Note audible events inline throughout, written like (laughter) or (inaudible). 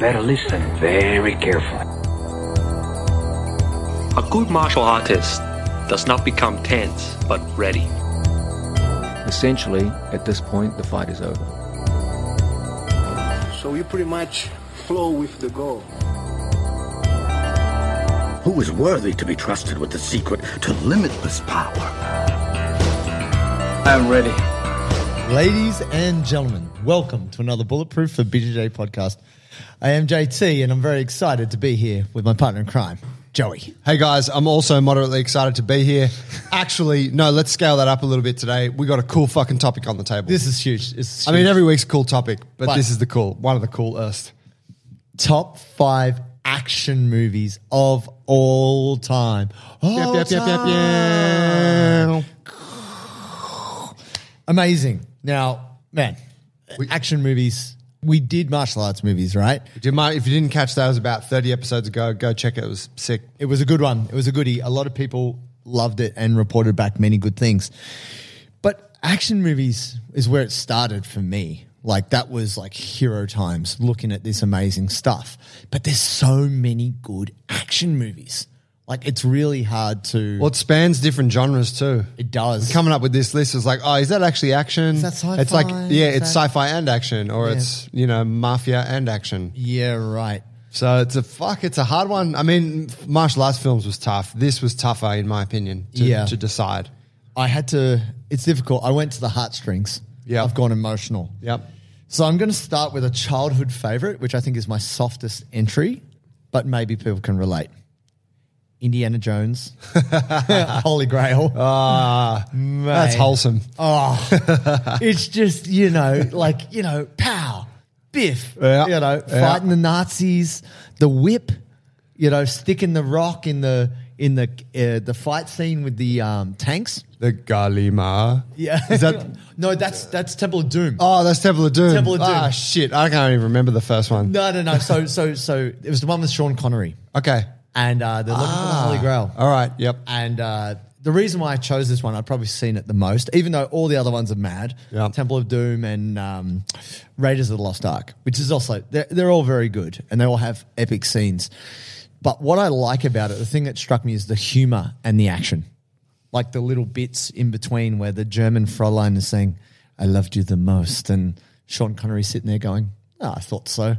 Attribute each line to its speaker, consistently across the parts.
Speaker 1: Better listen very carefully.
Speaker 2: A good martial artist does not become tense but ready.
Speaker 3: Essentially, at this point, the fight is over.
Speaker 4: So you pretty much flow with the goal.
Speaker 5: Who is worthy to be trusted with the secret to limitless power?
Speaker 6: I'm ready.
Speaker 7: Ladies and gentlemen, welcome to another Bulletproof for BJJ podcast. I am JT and I'm very excited to be here with my partner in crime, Joey.
Speaker 8: Hey guys, I'm also moderately excited to be here. Actually, no, let's scale that up a little bit today. We got a cool fucking topic on the table.
Speaker 7: This is huge. This is
Speaker 8: I mean,
Speaker 7: huge.
Speaker 8: every week's a cool topic, but,
Speaker 7: But-
Speaker 8: this is the cool one of the coolest.
Speaker 7: top five action movies of all time. All
Speaker 8: yep, yep, yep,
Speaker 7: time. Amazing. Now, man, action movies. We did martial arts movies, right?
Speaker 8: Do you mind- If you didn't catch that, it was about 30 episodes ago. Go check it. It was sick.
Speaker 7: It was a good one. It was a goodie. A lot of people loved it and reported back many good things. But action movies is where it started for me. Like that was like hero times looking at this amazing stuff. But there's so many good action movies. Like it's really hard to
Speaker 8: Well, it spans different genres too.
Speaker 7: it does.
Speaker 8: Coming up with this list is like, oh, is that actually action?
Speaker 7: Is that sci-fi?
Speaker 8: It's like, yeah,
Speaker 7: Is
Speaker 8: it's
Speaker 7: that-
Speaker 8: sci-fi and action, or
Speaker 7: Yeah.
Speaker 8: it's you know mafia and action.
Speaker 7: yeah, right.
Speaker 8: So it's a fuck. It's a hard one. I mean, martial arts films was tough. This was tougher, in my opinion, to,
Speaker 7: Yeah.
Speaker 8: to decide.
Speaker 7: I had to it's difficult. I went to the heartstrings.
Speaker 8: Yeah.
Speaker 7: I've gone emotional.
Speaker 8: Yep.
Speaker 7: So I'm going to start with a childhood favorite, which I think is my softest entry, but maybe people can relate. Indiana
Speaker 8: (laughs)
Speaker 7: Jones, Holy Grail.
Speaker 8: Oh, Ah, That's wholesome. Oh.
Speaker 7: (laughs) it's just you know, like you know, pow, biff,
Speaker 8: Yeah.
Speaker 7: you know,
Speaker 8: Yeah.
Speaker 7: fighting the Nazis, the whip, you know, sticking the rock in the in the uh, the fight scene with the um, tanks.
Speaker 8: The Galima.
Speaker 7: Yeah,
Speaker 8: Is that?
Speaker 7: (laughs) no? That's that's Temple of Doom.
Speaker 8: Oh, that's Temple of Doom.
Speaker 7: Temple of Doom.
Speaker 8: Ah, shit. I can't even remember the first one.
Speaker 7: No, no, no. So so so it was the one with Sean Connery.
Speaker 8: Okay.
Speaker 7: and uh, they're looking for the Holy Grail.
Speaker 8: Ah. All right. Yep.
Speaker 7: And uh, the reason why I chose this one, I've probably seen it the most, even though all the other ones are mad.
Speaker 8: Yeah.
Speaker 7: Temple of Doom and um, Raiders of the Lost Ark, which is also they're, they're all very good and they all have epic scenes. But what I like about it, the thing that struck me is the humor and the action, like the little bits in between where the German Fräulein is saying, "I loved you the most," and Sean Connery sitting there going, oh, "I thought so,"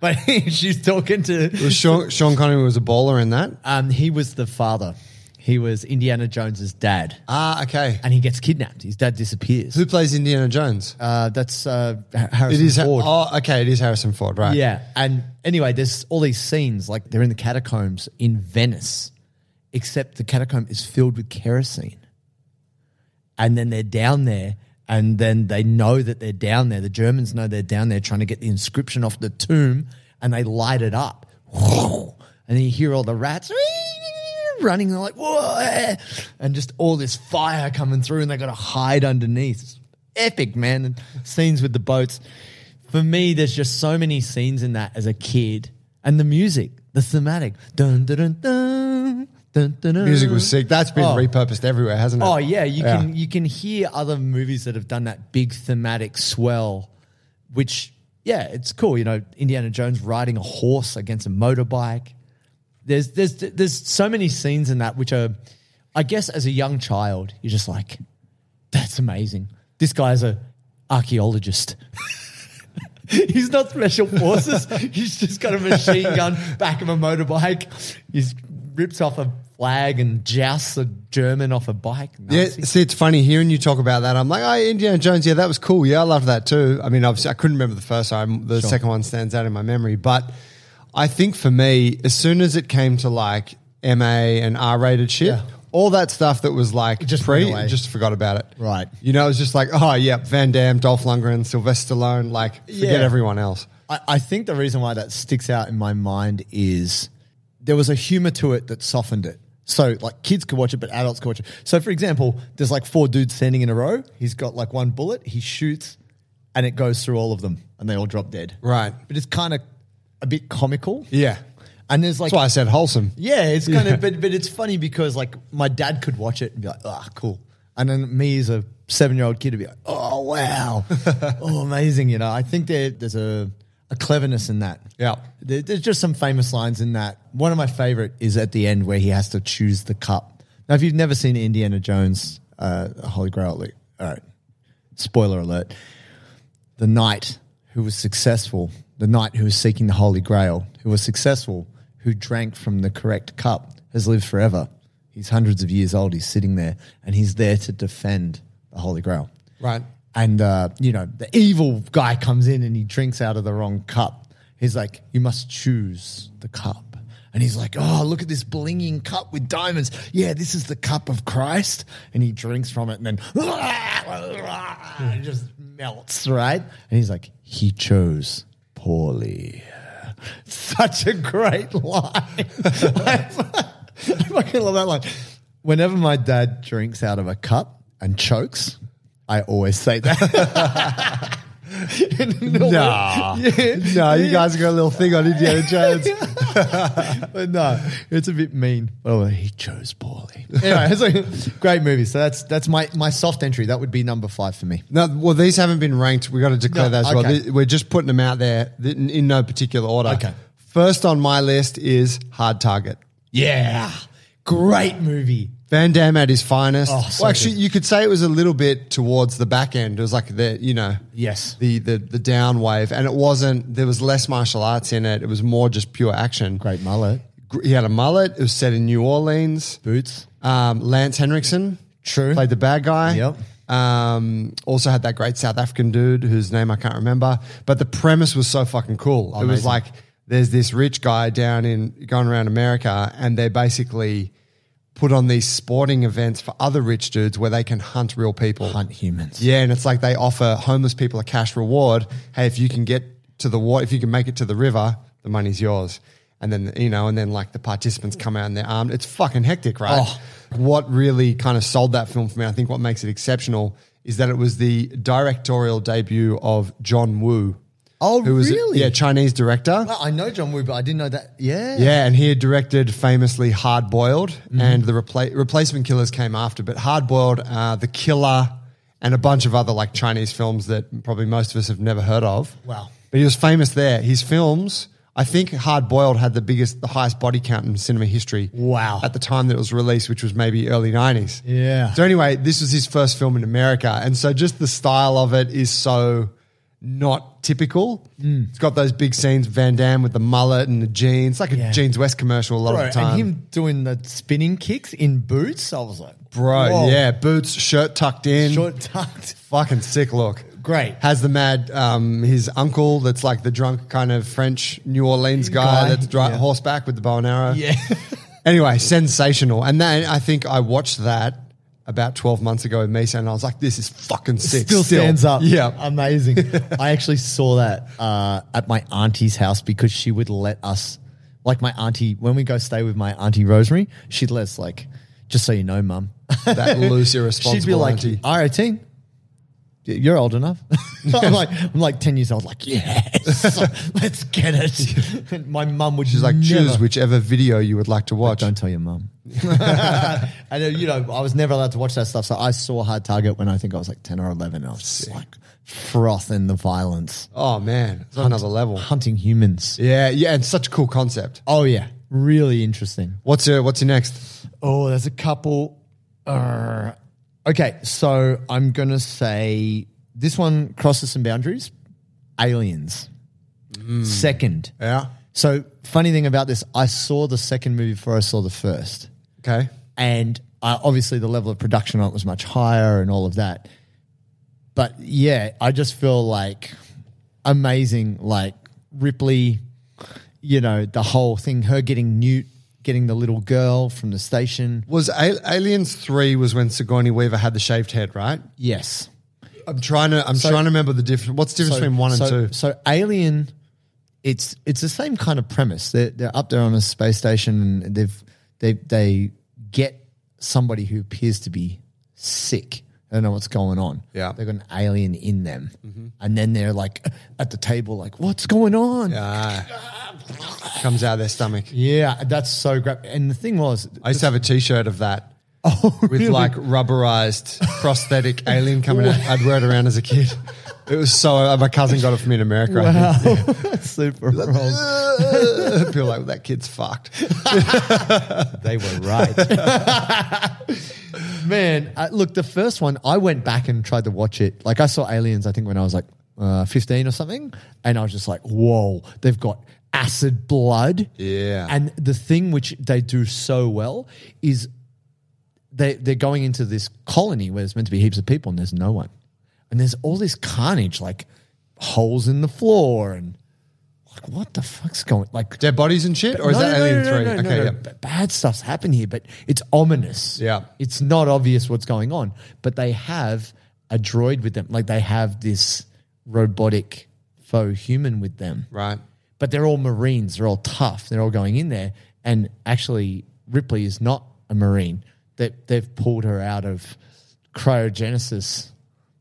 Speaker 7: but (laughs) she's talking to
Speaker 8: Was
Speaker 7: (laughs)
Speaker 8: Sean, Sean Connery was a bowler in that.
Speaker 7: um, he was the father. He was Indiana Jones's dad,
Speaker 8: Ah, okay.
Speaker 7: and he gets kidnapped. His dad disappears.
Speaker 8: Who plays Indiana Jones?
Speaker 7: Uh, that's uh, Ha- Harrison
Speaker 8: it is.
Speaker 7: Ford.
Speaker 8: Oh, okay. It is Harrison Ford, right?
Speaker 7: Yeah, and anyway, there's all these scenes like they're in the catacombs in Venice, except the catacomb is filled with kerosene. And then they're down there, and then they know that they're down there. The Germans know they're down there trying to get the inscription off the tomb, and they light it up. (laughs) And then you hear all the rats (laughs) running. They're like, whoa, and just all this fire coming through, and they got to hide underneath. It's epic, man. And scenes with the boats. For me, there's just so many scenes in that as a kid, and the music, the thematic. Dun, dun, dun, dun, dun, dun, dun.
Speaker 8: Music was sick. That's been
Speaker 7: Oh.
Speaker 8: repurposed everywhere, hasn't it?
Speaker 7: Oh yeah, you can you can hear other movies that have done that big thematic swell, which yeah, it's cool. You know, Indiana Jones riding a horse against a motorbike. There's there's there's so many scenes in that which are, I guess, as a young child, you're just like, that's amazing. This guy's a archaeologist. (laughs) He's not special forces. (laughs) He's just got a machine gun, back of a motorbike. He's rips off a flag and jousts a German off a bike.
Speaker 8: Yeah,
Speaker 7: Nazi.
Speaker 8: see, it's funny hearing you talk about that. I'm like, oh, Indiana Jones. Yeah, that was cool. Yeah, I loved that too. I mean, obviously, I couldn't remember the first one. The second one stands out in my memory. But I think for me, as soon as it came to like MA and R rated shit,
Speaker 7: Yeah.
Speaker 8: all that stuff that was like
Speaker 7: just
Speaker 8: pre,
Speaker 7: went away.
Speaker 8: just forgot about it.
Speaker 7: Right.
Speaker 8: You know, it was just like, oh, yeah, Van Damme, Dolph Lundgren, Sylvester Stallone, like, forget
Speaker 7: Yeah.
Speaker 8: everyone else.
Speaker 7: I, I think the reason why that sticks out in my mind is there was a humor to it that softened it. So like kids could watch it, but adults could watch it. So for example, there's like four dudes standing in a row. He's got like one bullet. He shoots, and it goes through all of them, and they all drop dead.
Speaker 8: Right.
Speaker 7: But it's kind of a bit comical.
Speaker 8: Yeah.
Speaker 7: And there's like
Speaker 8: That's why I said wholesome.
Speaker 7: (laughs) yeah, it's kind of, but, but it's funny because like my dad could watch it and be like, ah, cool. And then me as a seven year old kid would be like, oh, wow. oh, amazing. You know, I think there, there's a, a cleverness in that.
Speaker 8: Yeah.
Speaker 7: There- There's just some famous lines in that. One of my favorite is at the end where he has to choose the cup. Now, if you've never seen Indiana Jones, uh, Holy Grail, like, all right, spoiler alert. The knight who was successful, the knight who was seeking the Holy Grail, who was successful, who drank from the correct cup, has lived forever. He's hundreds of years old. He's sitting there and he's there to defend the Holy Grail
Speaker 8: Right.
Speaker 7: and uh, you know the evil guy comes in and he drinks out of the wrong cup. He's like, "You must choose the cup," and he's like, "Oh, look at this blinging cup with diamonds. Yeah, this is the cup of Christ." And he drinks from it, and then (laughs) it just melts, right? And he's like, "He chose poorly." Such a great line. I fucking love that line. Whenever my dad drinks out of a cup and chokes, I always say that. (laughs)
Speaker 8: Nah. No, you guys got a little thing on Indiana Jones.
Speaker 7: (laughs) but no, it's a bit mean. Oh, he chose poorly. Anyway, it's like, great movie. So that's that's my my soft entry. That would be number five for me.
Speaker 8: No, well, these haven't been ranked. We got to declare
Speaker 7: No,
Speaker 8: that as
Speaker 7: okay.
Speaker 8: well. Th- We're just putting them out there th- in in no particular order.
Speaker 7: Okay.
Speaker 8: First on my list is Hard Target.
Speaker 7: Yeah, great movie.
Speaker 8: Van Damme at his finest.
Speaker 7: Oh, so
Speaker 8: well, actually,
Speaker 7: good.
Speaker 8: you could say it was a little bit towards the back end. It was like the you know
Speaker 7: Yes.
Speaker 8: the the the down wave, and it wasn't. There was less martial arts in it. It was more just pure action.
Speaker 7: Great mullet,
Speaker 8: Gr- He had a mullet. It was set in New Orleans.
Speaker 7: boots.
Speaker 8: Um, Lance Henriksen,
Speaker 7: True.
Speaker 8: played the bad guy.
Speaker 7: Yep.
Speaker 8: Um, also had that great South African dude whose name I can't remember, but the premise was so fucking cool. It was
Speaker 7: Amazing.
Speaker 8: like there's this rich guy down in going around America, and they basically put on these sporting events for other rich dudes where they can hunt real people.
Speaker 7: Hunt humans.
Speaker 8: Yeah, and it's like they offer homeless people a cash reward. Hey, if you can get to the water, if you can make it to the river, the money's yours. And then you know, and then like the participants come out and they're armed. It's fucking hectic, right?
Speaker 7: Oh.
Speaker 8: What really kind of sold that film for me, I think, what makes it exceptional is that it was the directorial debut of John Woo.
Speaker 7: Oh,
Speaker 8: who was a-
Speaker 7: really?
Speaker 8: yeah, Chinese director.
Speaker 7: Well, I know John Woo, but I didn't know that. Yeah.
Speaker 8: Yeah, and he had directed famously Hard Boiled,
Speaker 7: Mm-hmm.
Speaker 8: and the repla- Replacement Killers came after. But Hard Boiled, uh, The Killer, and a bunch of other like Chinese films that probably most of us have never heard of.
Speaker 7: Wow.
Speaker 8: But he was famous there. His films, I think, Hard Boiled had the biggest, the highest body count in cinema history.
Speaker 7: Wow.
Speaker 8: At the time that it was released, which was maybe early nineties.
Speaker 7: Yeah.
Speaker 8: So anyway, this was his first film in America, and so just the style of it is so not typical.
Speaker 7: Mm.
Speaker 8: It's got those big scenes, Van Damme with the mullet and the jeans, like a
Speaker 7: Yeah.
Speaker 8: Jeans West commercial a lot
Speaker 7: Bro,
Speaker 8: of the time.
Speaker 7: and him doing the spinning kicks in boots. I was like,
Speaker 8: Bro,
Speaker 7: whoa.
Speaker 8: yeah, boots, shirt tucked in,
Speaker 7: short tucked.
Speaker 8: fucking sick look.
Speaker 7: Great.
Speaker 8: Has the mad um, his uncle that's like the drunk kind of French New Orleans guy,
Speaker 7: Guy,
Speaker 8: that's dri-
Speaker 7: yeah.
Speaker 8: horseback with the bow and arrow.
Speaker 7: Yeah.
Speaker 8: (laughs)
Speaker 7: (laughs)
Speaker 8: Anyway, sensational. And then I think I watched that about 12 months ago with Misa and I was like, this is fucking sick.
Speaker 7: Still stands up.
Speaker 8: Yeah. (laughs)
Speaker 7: Amazing. I actually saw that uh, at my auntie's house because she would let us, like my auntie, when we go stay with my auntie Rosemary, she'd let us, like, just so you know, mum. (laughs)
Speaker 8: (laughs) that loose,
Speaker 7: She'd be
Speaker 8: irresponsible
Speaker 7: like,
Speaker 8: auntie.
Speaker 7: all right, team. y- You're old
Speaker 8: (laughs)
Speaker 7: enough. (laughs) I'm like, I'm like ten years old. Like, yes, let's get it.
Speaker 8: (laughs)
Speaker 7: And my mum would
Speaker 8: She's like,
Speaker 7: never,
Speaker 8: choose whichever video you would like to watch.
Speaker 7: Don't tell your mum.
Speaker 8: (laughs)
Speaker 7: (laughs) and uh, you know, I was never allowed to watch that stuff. So I saw Hard Target when I think I was like ten or eleven. I was just like frothing the violence,
Speaker 8: Oh, man. It's on another level.
Speaker 7: hunting humans.
Speaker 8: Yeah, yeah, and such a cool concept.
Speaker 7: Oh yeah, really interesting.
Speaker 8: What's your What's your next?
Speaker 7: Oh, there's a couple. Err. okay, so I'm gonna say this one crosses some boundaries. Aliens. Second.
Speaker 8: Yeah.
Speaker 7: So funny thing about this, I saw the second movie before I saw the first.
Speaker 8: Okay.
Speaker 7: and uh, obviously the level of production on it was much higher and all of that. But yeah, I just feel like amazing, like Ripley, you know, the whole thing, her getting Newt, getting the little girl from the station.
Speaker 8: Was A- Aliens Three was when Sigourney Weaver had the shaved head, right?
Speaker 7: Yes.
Speaker 8: I'm trying to I'm trying to remember the difference. What's the difference between one
Speaker 7: so,
Speaker 8: and two?
Speaker 7: So Alien, it's it's the same kind of premise. They're they're up there on a space station and they've they they get somebody who appears to be sick. They don't know what's going on.
Speaker 8: Yeah. Mm-hmm.
Speaker 7: they've got an alien in them, and then they're like at the table, like, "What's going on?" Yeah,
Speaker 8: (laughs) Comes out of their stomach.
Speaker 7: that's so great. And the thing was, oh, (laughs)
Speaker 8: I used to have a T-shirt of that. (laughs) with like rubberized prosthetic alien coming out. I'd wear it around as a kid. It was so. uh, My cousin got it for me in America. I think. (laughs)
Speaker 7: Super wrong. (laughs)
Speaker 8: People were like that kid's fucked.
Speaker 7: They were right. Man, I, look, the first one, I went back and tried to watch it. Like, I saw Aliens, I think, when I was like uh, 15 or something. And I was just like, whoa, they've got acid blood.
Speaker 8: Yeah.
Speaker 7: And the thing which they do so well is they, they're going into this colony where there's meant to be heaps of people and there's no one. And there's all this carnage, like holes in the floor and like, what the fuck's going Like,
Speaker 8: Dead bodies and shit, or is
Speaker 7: no,
Speaker 8: that
Speaker 7: no,
Speaker 8: Alien
Speaker 7: no,
Speaker 8: Three?
Speaker 7: no, no,
Speaker 8: okay,
Speaker 7: no,
Speaker 8: yeah.
Speaker 7: no. B- Bad stuff's happened here, but it's ominous.
Speaker 8: Yeah.
Speaker 7: It's not obvious what's going on, but they have a droid with them. Like they have this robotic faux human with them.
Speaker 8: right.
Speaker 7: But they're all Marines. They're all tough. They're all going in there. And actually, Ripley is not a Marine. They, they've pulled her out of cryogenesis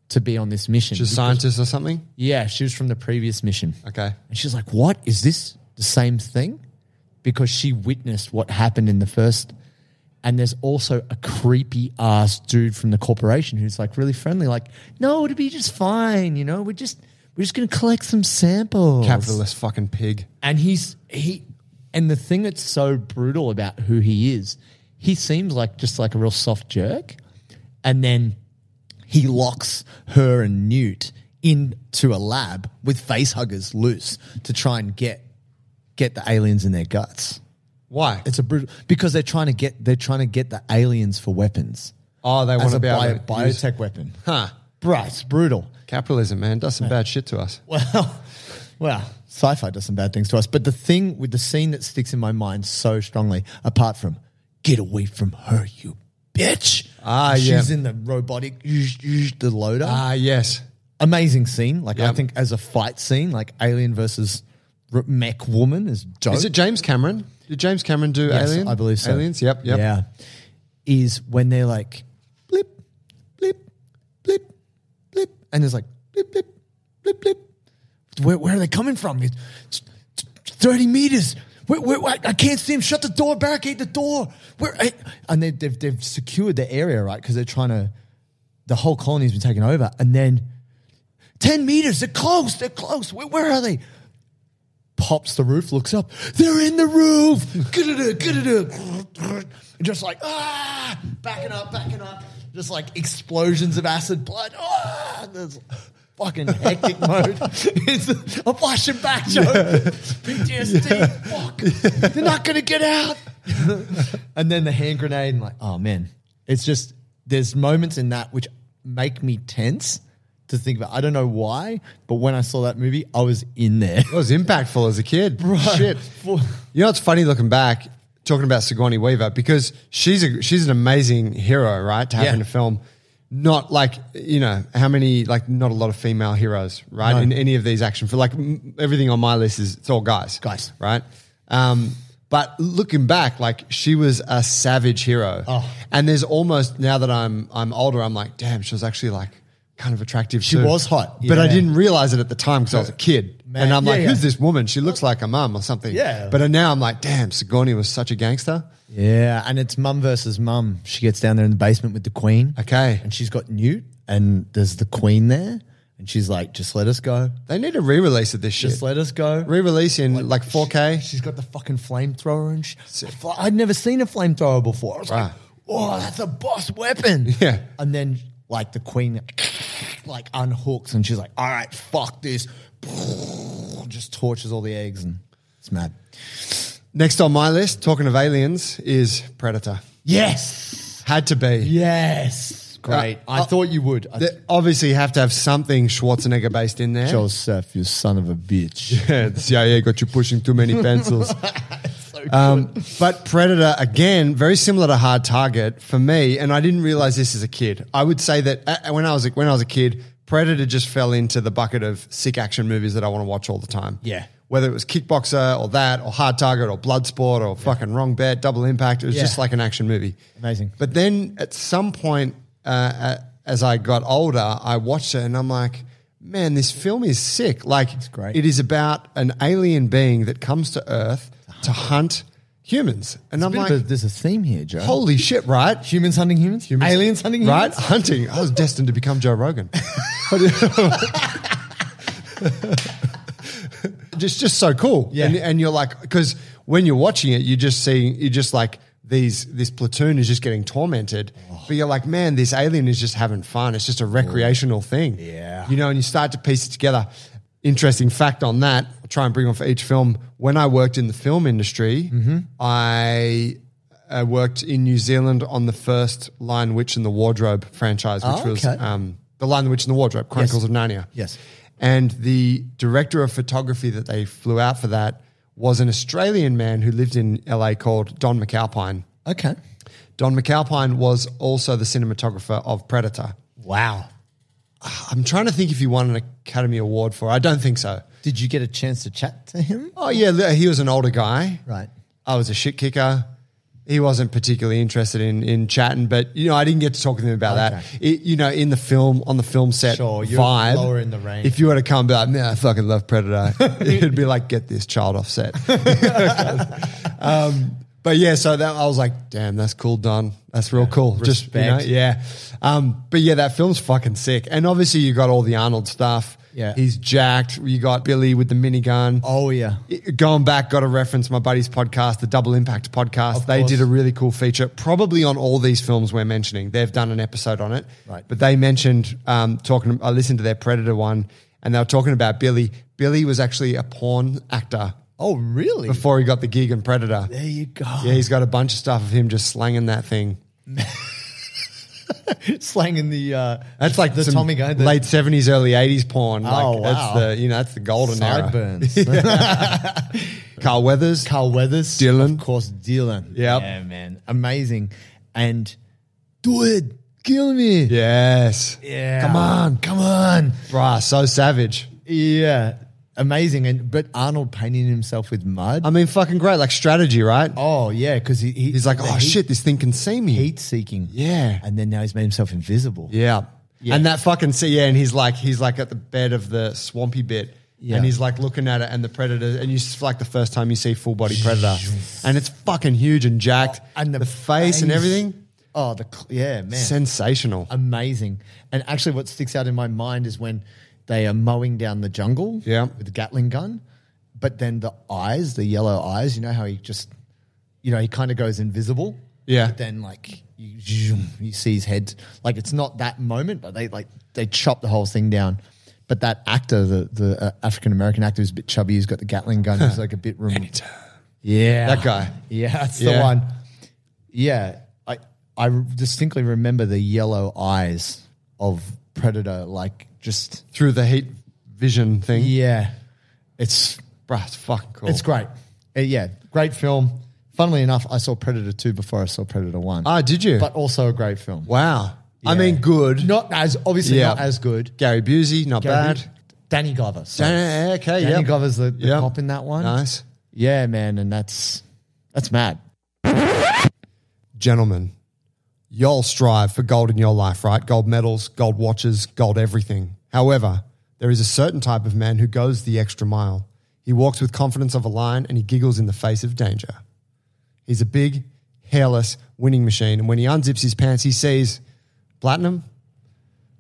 Speaker 7: to be on this mission.
Speaker 8: She's a scientist or something.
Speaker 7: yeah, she was from the previous mission.
Speaker 8: Okay,
Speaker 7: And she's like, What? Is this the same thing? Because she witnessed what happened in the first. And there's also a creepy ass dude from the corporation who's like really friendly, like, No, it'll be just fine. You know, we're just, we're just going to collect some samples.
Speaker 8: capitalist fucking pig.
Speaker 7: And he's, he, and the thing that's so brutal about who he is, he seems like just like a real soft jerk. And then he locks her and Newt into a lab with face huggers loose to try and get get the aliens in their guts.
Speaker 8: Why?
Speaker 7: It's a brutal because they're trying to get they're trying to get the aliens for weapons.
Speaker 8: oh, they want
Speaker 7: As
Speaker 8: to
Speaker 7: a
Speaker 8: be
Speaker 7: bio,
Speaker 8: able to use-
Speaker 7: biotech weapon.
Speaker 8: Huh.
Speaker 7: Bruh, it's brutal.
Speaker 8: Capitalism, man, does some bad shit to us.
Speaker 7: Well, (laughs) well, sci-fi does some bad things to us, but the thing with the scene that sticks in my mind so strongly, apart from "Get away from her, you bitch!"
Speaker 8: Ah,
Speaker 7: she's
Speaker 8: yeah.
Speaker 7: in the robotic, "Yoosh, yoosh," the loader.
Speaker 8: Ah, yes.
Speaker 7: Amazing scene. Like I
Speaker 8: Yep.
Speaker 7: think as a fight scene, like Alien versus r- Mech Woman is dope.
Speaker 8: Is it James Cameron? Did James Cameron do
Speaker 7: Yes,
Speaker 8: Alien?
Speaker 7: I believe so.
Speaker 8: Aliens. Yep. Yep.
Speaker 7: Yeah. Is when they're like blip, blip, blip, blip, and there's like blip, blip, blip, blip. Where, where are they coming from? It's, it's- it's 30 meters. Where, where, where- I can't see them. Shut the door, barricade the door. Where, I, and they, they've, they've secured the area, right? Because they're trying to, the whole colony's been taken over. And then 10 meters, they're close, they're close. Where, where are they? pops the roof, looks up. They're in the roof. Gudada, gudada. And just like ah, backing up, backing up. Just like explosions of acid blood. Ah, there's fucking hectic (laughs) mode. It's a, a flash and back joke. PTSD. Fuck. They're not gonna get out. and then the hand grenade. And like, oh man, it's just there's moments in that which make me tense. To think about, I don't know why, but when I saw that movie, I was in there.
Speaker 8: That was impactful as a kid.
Speaker 7: (laughs)
Speaker 8: Shit.
Speaker 7: Well-
Speaker 8: You know, it's funny looking back, talking about Sigourney Weaver because she's a she's an amazing hero, right? To have
Speaker 7: Yeah.
Speaker 8: in a film. Not like you know how many like not a lot of female heroes, right? In any of these action, for like m- everything on my list is it's all guys,
Speaker 7: Guys.
Speaker 8: right? Um, but looking back, like she was a savage hero,
Speaker 7: Oh.
Speaker 8: and there's almost now that I'm I'm older, I'm like, damn, she was actually like kind of attractive.
Speaker 7: She
Speaker 8: too.
Speaker 7: was hot,
Speaker 8: but I
Speaker 7: yeah.
Speaker 8: didn't realize it at the time because I was a kid,
Speaker 7: Man,
Speaker 8: and I'm
Speaker 7: yeah,
Speaker 8: like,
Speaker 7: yeah.
Speaker 8: who's this woman? She looks like a mum or something.
Speaker 7: Yeah.
Speaker 8: But now I'm like, damn, Sigourney was such a gangster.
Speaker 7: Yeah, and it's mum versus mum. She gets down there in the basement with the queen.
Speaker 8: Okay.
Speaker 7: And she's got Newt, and there's the queen there. And she's like, just let us go.
Speaker 8: They need a re-release of this shit.
Speaker 7: Just let us go.
Speaker 8: re-release in like, 4K.
Speaker 7: She's got the fucking flamethrower and she, I'd never seen a flamethrower before. I was like,
Speaker 8: Right.
Speaker 7: oh, that's a boss weapon.
Speaker 8: (laughs) Yeah.
Speaker 7: And then like the queen like unhooks and she's like, all right, fuck this. (laughs) Just torches all the eggs and it's mad.
Speaker 8: Next on my list, talking of aliens, is Predator.
Speaker 7: Yes.
Speaker 8: Had to be.
Speaker 7: Yes. Great.
Speaker 8: Uh,
Speaker 7: I
Speaker 8: uh,
Speaker 7: thought you would. I
Speaker 8: They obviously have to have something Schwarzenegger based in there.
Speaker 7: Joel Surf, you son of Eh? a bitch.
Speaker 8: Yeah, (laughs) the CIA got you pushing too many
Speaker 7: (laughs)
Speaker 8: pencils. um, but Predator, again, very similar to Hard Target for me, and I didn't realize this as a kid. I would say that uh, when I was a, when I was a kid, Predator just fell into the bucket of sick action movies that I want to watch all the time.
Speaker 7: Yeah.
Speaker 8: Whether it was Kickboxer or that, or Hard Target or Bloodsport or fucking Wrong Bet, Double Impact, it was
Speaker 7: Yeah.
Speaker 8: just like an action movie.
Speaker 7: Amazing.
Speaker 8: But then at some point, uh, a- as I got older, I watched it and I'm like, man, this film is sick. Like, it's
Speaker 7: great.
Speaker 8: It is about an alien being that comes to Earth to hunt humans. And I'm
Speaker 7: Bit
Speaker 8: like,
Speaker 7: of a- there's a theme here, Joe.
Speaker 8: holy shit, right?
Speaker 7: humans hunting humans? Aliens hunting (laughs)
Speaker 8: Right?
Speaker 7: humans?
Speaker 8: Hunting. I was destined to become Joe Rogan. It's just so cool.
Speaker 7: Yeah.
Speaker 8: And, and you're like, because when you're watching it, you just see, you're just like, these, this platoon is just getting tormented.
Speaker 7: Oh.
Speaker 8: But you're like, man, this alien is just having fun. It's just a recreational thing.
Speaker 7: Yeah.
Speaker 8: You know, and you start to piece it together. Interesting fact on that, I'll try and bring on for each film. When I worked in the film industry,
Speaker 7: Mm-hmm.
Speaker 8: I. uh worked in New Zealand on the first Lion Witch in the Wardrobe franchise, which
Speaker 7: Oh, okay.
Speaker 8: was um, The Lion, the Witch in the Wardrobe, Chronicles of Narnia.
Speaker 7: Yes.
Speaker 8: And the director of photography that they flew out for that was an Australian man who lived in LA called Don McAlpine.
Speaker 7: Okay.
Speaker 8: Don McAlpine was also the cinematographer of Predator.
Speaker 7: Wow.
Speaker 8: I'm trying to think if he won an Academy Award for. it. I don't think so.
Speaker 7: Did you get a chance to chat to him?
Speaker 8: Oh yeah, li- he was an older guy.
Speaker 7: Right.
Speaker 8: I was a shit kicker. He wasn't particularly interested in in chatting, but you know, I didn't get to talk to him about
Speaker 7: Okay.
Speaker 8: that. It, you know, in the film on the film set
Speaker 7: Sure, you're
Speaker 8: vibe,
Speaker 7: lower in the range.
Speaker 8: If you were to come back, man, I fucking
Speaker 7: (laughs)
Speaker 8: love Predator. it'd be like get this child off set. (laughs) um, but yeah, so that I was like, damn, that's cool, Don. That's real cool. Just you know,
Speaker 7: Respect.
Speaker 8: yeah. Um, but yeah, that film's fucking sick. And obviously, you got all the Arnold stuff.
Speaker 7: Yeah.
Speaker 8: he's jacked. You got Billy with the minigun
Speaker 7: Oh yeah.
Speaker 8: going back, got to reference my buddy's podcast, the Double Impact podcast.
Speaker 7: Of
Speaker 8: they
Speaker 7: course.
Speaker 8: did a really cool feature, probably on all these films we're mentioning. They've done an episode on it,
Speaker 7: Right.
Speaker 8: But they mentioned um, talking. I listened to their Predator one, and they were talking about Billy. Billy was actually a porn actor
Speaker 7: Oh really?
Speaker 8: before he got the gig in Predator.
Speaker 7: there you go.
Speaker 8: Yeah, he's got a bunch of stuff of him just slanging that thing.
Speaker 7: (laughs) slanging the. Uh,
Speaker 8: That's like
Speaker 7: the
Speaker 8: some
Speaker 7: Tommy guy. The
Speaker 8: late seventies, early eighties porn.
Speaker 7: Oh,
Speaker 8: like, that's
Speaker 7: wow.
Speaker 8: the you know that's the golden era.
Speaker 7: (laughs) sideburns.
Speaker 8: (laughs) Carl Weathers,
Speaker 7: Carl Weathers,
Speaker 8: Dylan.
Speaker 7: of course, Dylan.
Speaker 8: Yep.
Speaker 7: Yeah, man, amazing. And do it, kill me.
Speaker 8: yes,
Speaker 7: Yeah.
Speaker 8: come on,
Speaker 7: come on.
Speaker 8: bruh, so savage.
Speaker 7: Yeah, amazing. And but Arnold painting himself with mud.
Speaker 8: I mean, fucking great, like strategy, right?
Speaker 7: oh yeah, because he, he
Speaker 8: Um, He's like,
Speaker 7: the
Speaker 8: oh
Speaker 7: heat-
Speaker 8: shit, this thing can see me.
Speaker 7: heat seeking.
Speaker 8: Yeah.
Speaker 7: and then now he's made himself invisible.
Speaker 8: Yeah.
Speaker 7: Yeah.
Speaker 8: and that fucking see, yeah, and he's like, he's like at the bed of the swampy bit,
Speaker 7: Yeah.
Speaker 8: and he's like looking at it, and the predator, and you it's like the first time you see full body predator, and it's fucking huge and jacked,
Speaker 7: Oh, and the,
Speaker 8: face and everything,
Speaker 7: Oh, the cl- yeah, man.
Speaker 8: sensational.
Speaker 7: amazing. And actually, what sticks out in my mind is when they are mowing down the jungle
Speaker 8: Yeah.
Speaker 7: with the Gatling gun, but then the eyes, the yellow eyes, you know how he just, you know, he kind of goes invisible.
Speaker 8: Yeah.
Speaker 7: But then, like, you, zoom, you see his head. Like, it's not that moment, but they, like, they chop the whole thing down. But that actor, the, the uh, African American actor who's a bit chubby, who's got the Gatling
Speaker 8: (laughs)
Speaker 7: gun, who's like a bit room. Yeah.
Speaker 8: That guy.
Speaker 7: Yeah, (laughs) that's the
Speaker 8: Yeah.
Speaker 7: one. Yeah. I I distinctly remember the yellow eyes of Predator, like just
Speaker 8: Through the heat vision thing,
Speaker 7: Yeah. It's
Speaker 8: bruh, it's fucking cool.
Speaker 7: it's great. Uh, yeah. Great film. Funnily enough, I saw Predator two before I saw Predator One.
Speaker 8: Ah, did you?
Speaker 7: but also a great film.
Speaker 8: wow, I
Speaker 7: Yeah.
Speaker 8: mean, good.
Speaker 7: Not as obviously
Speaker 8: Yeah.
Speaker 7: not as good.
Speaker 8: Gary Busey, not
Speaker 7: Gary-
Speaker 8: bad.
Speaker 7: Danny Glover. sorry.
Speaker 8: Danny, okay,
Speaker 7: Danny
Speaker 8: yep.
Speaker 7: Glover's the, the
Speaker 8: Yep.
Speaker 7: cop in that one.
Speaker 8: Nice,
Speaker 7: Yeah, man, and that's that's mad.
Speaker 8: gentlemen, y'all strive for gold in your life, right? Gold medals, gold watches, gold everything. However, there is a certain type of man who goes the extra mile. He walks with confidence of a lion and he giggles in the face of danger. He's a big, hairless winning machine, and when he unzips his pants, he sees platinum.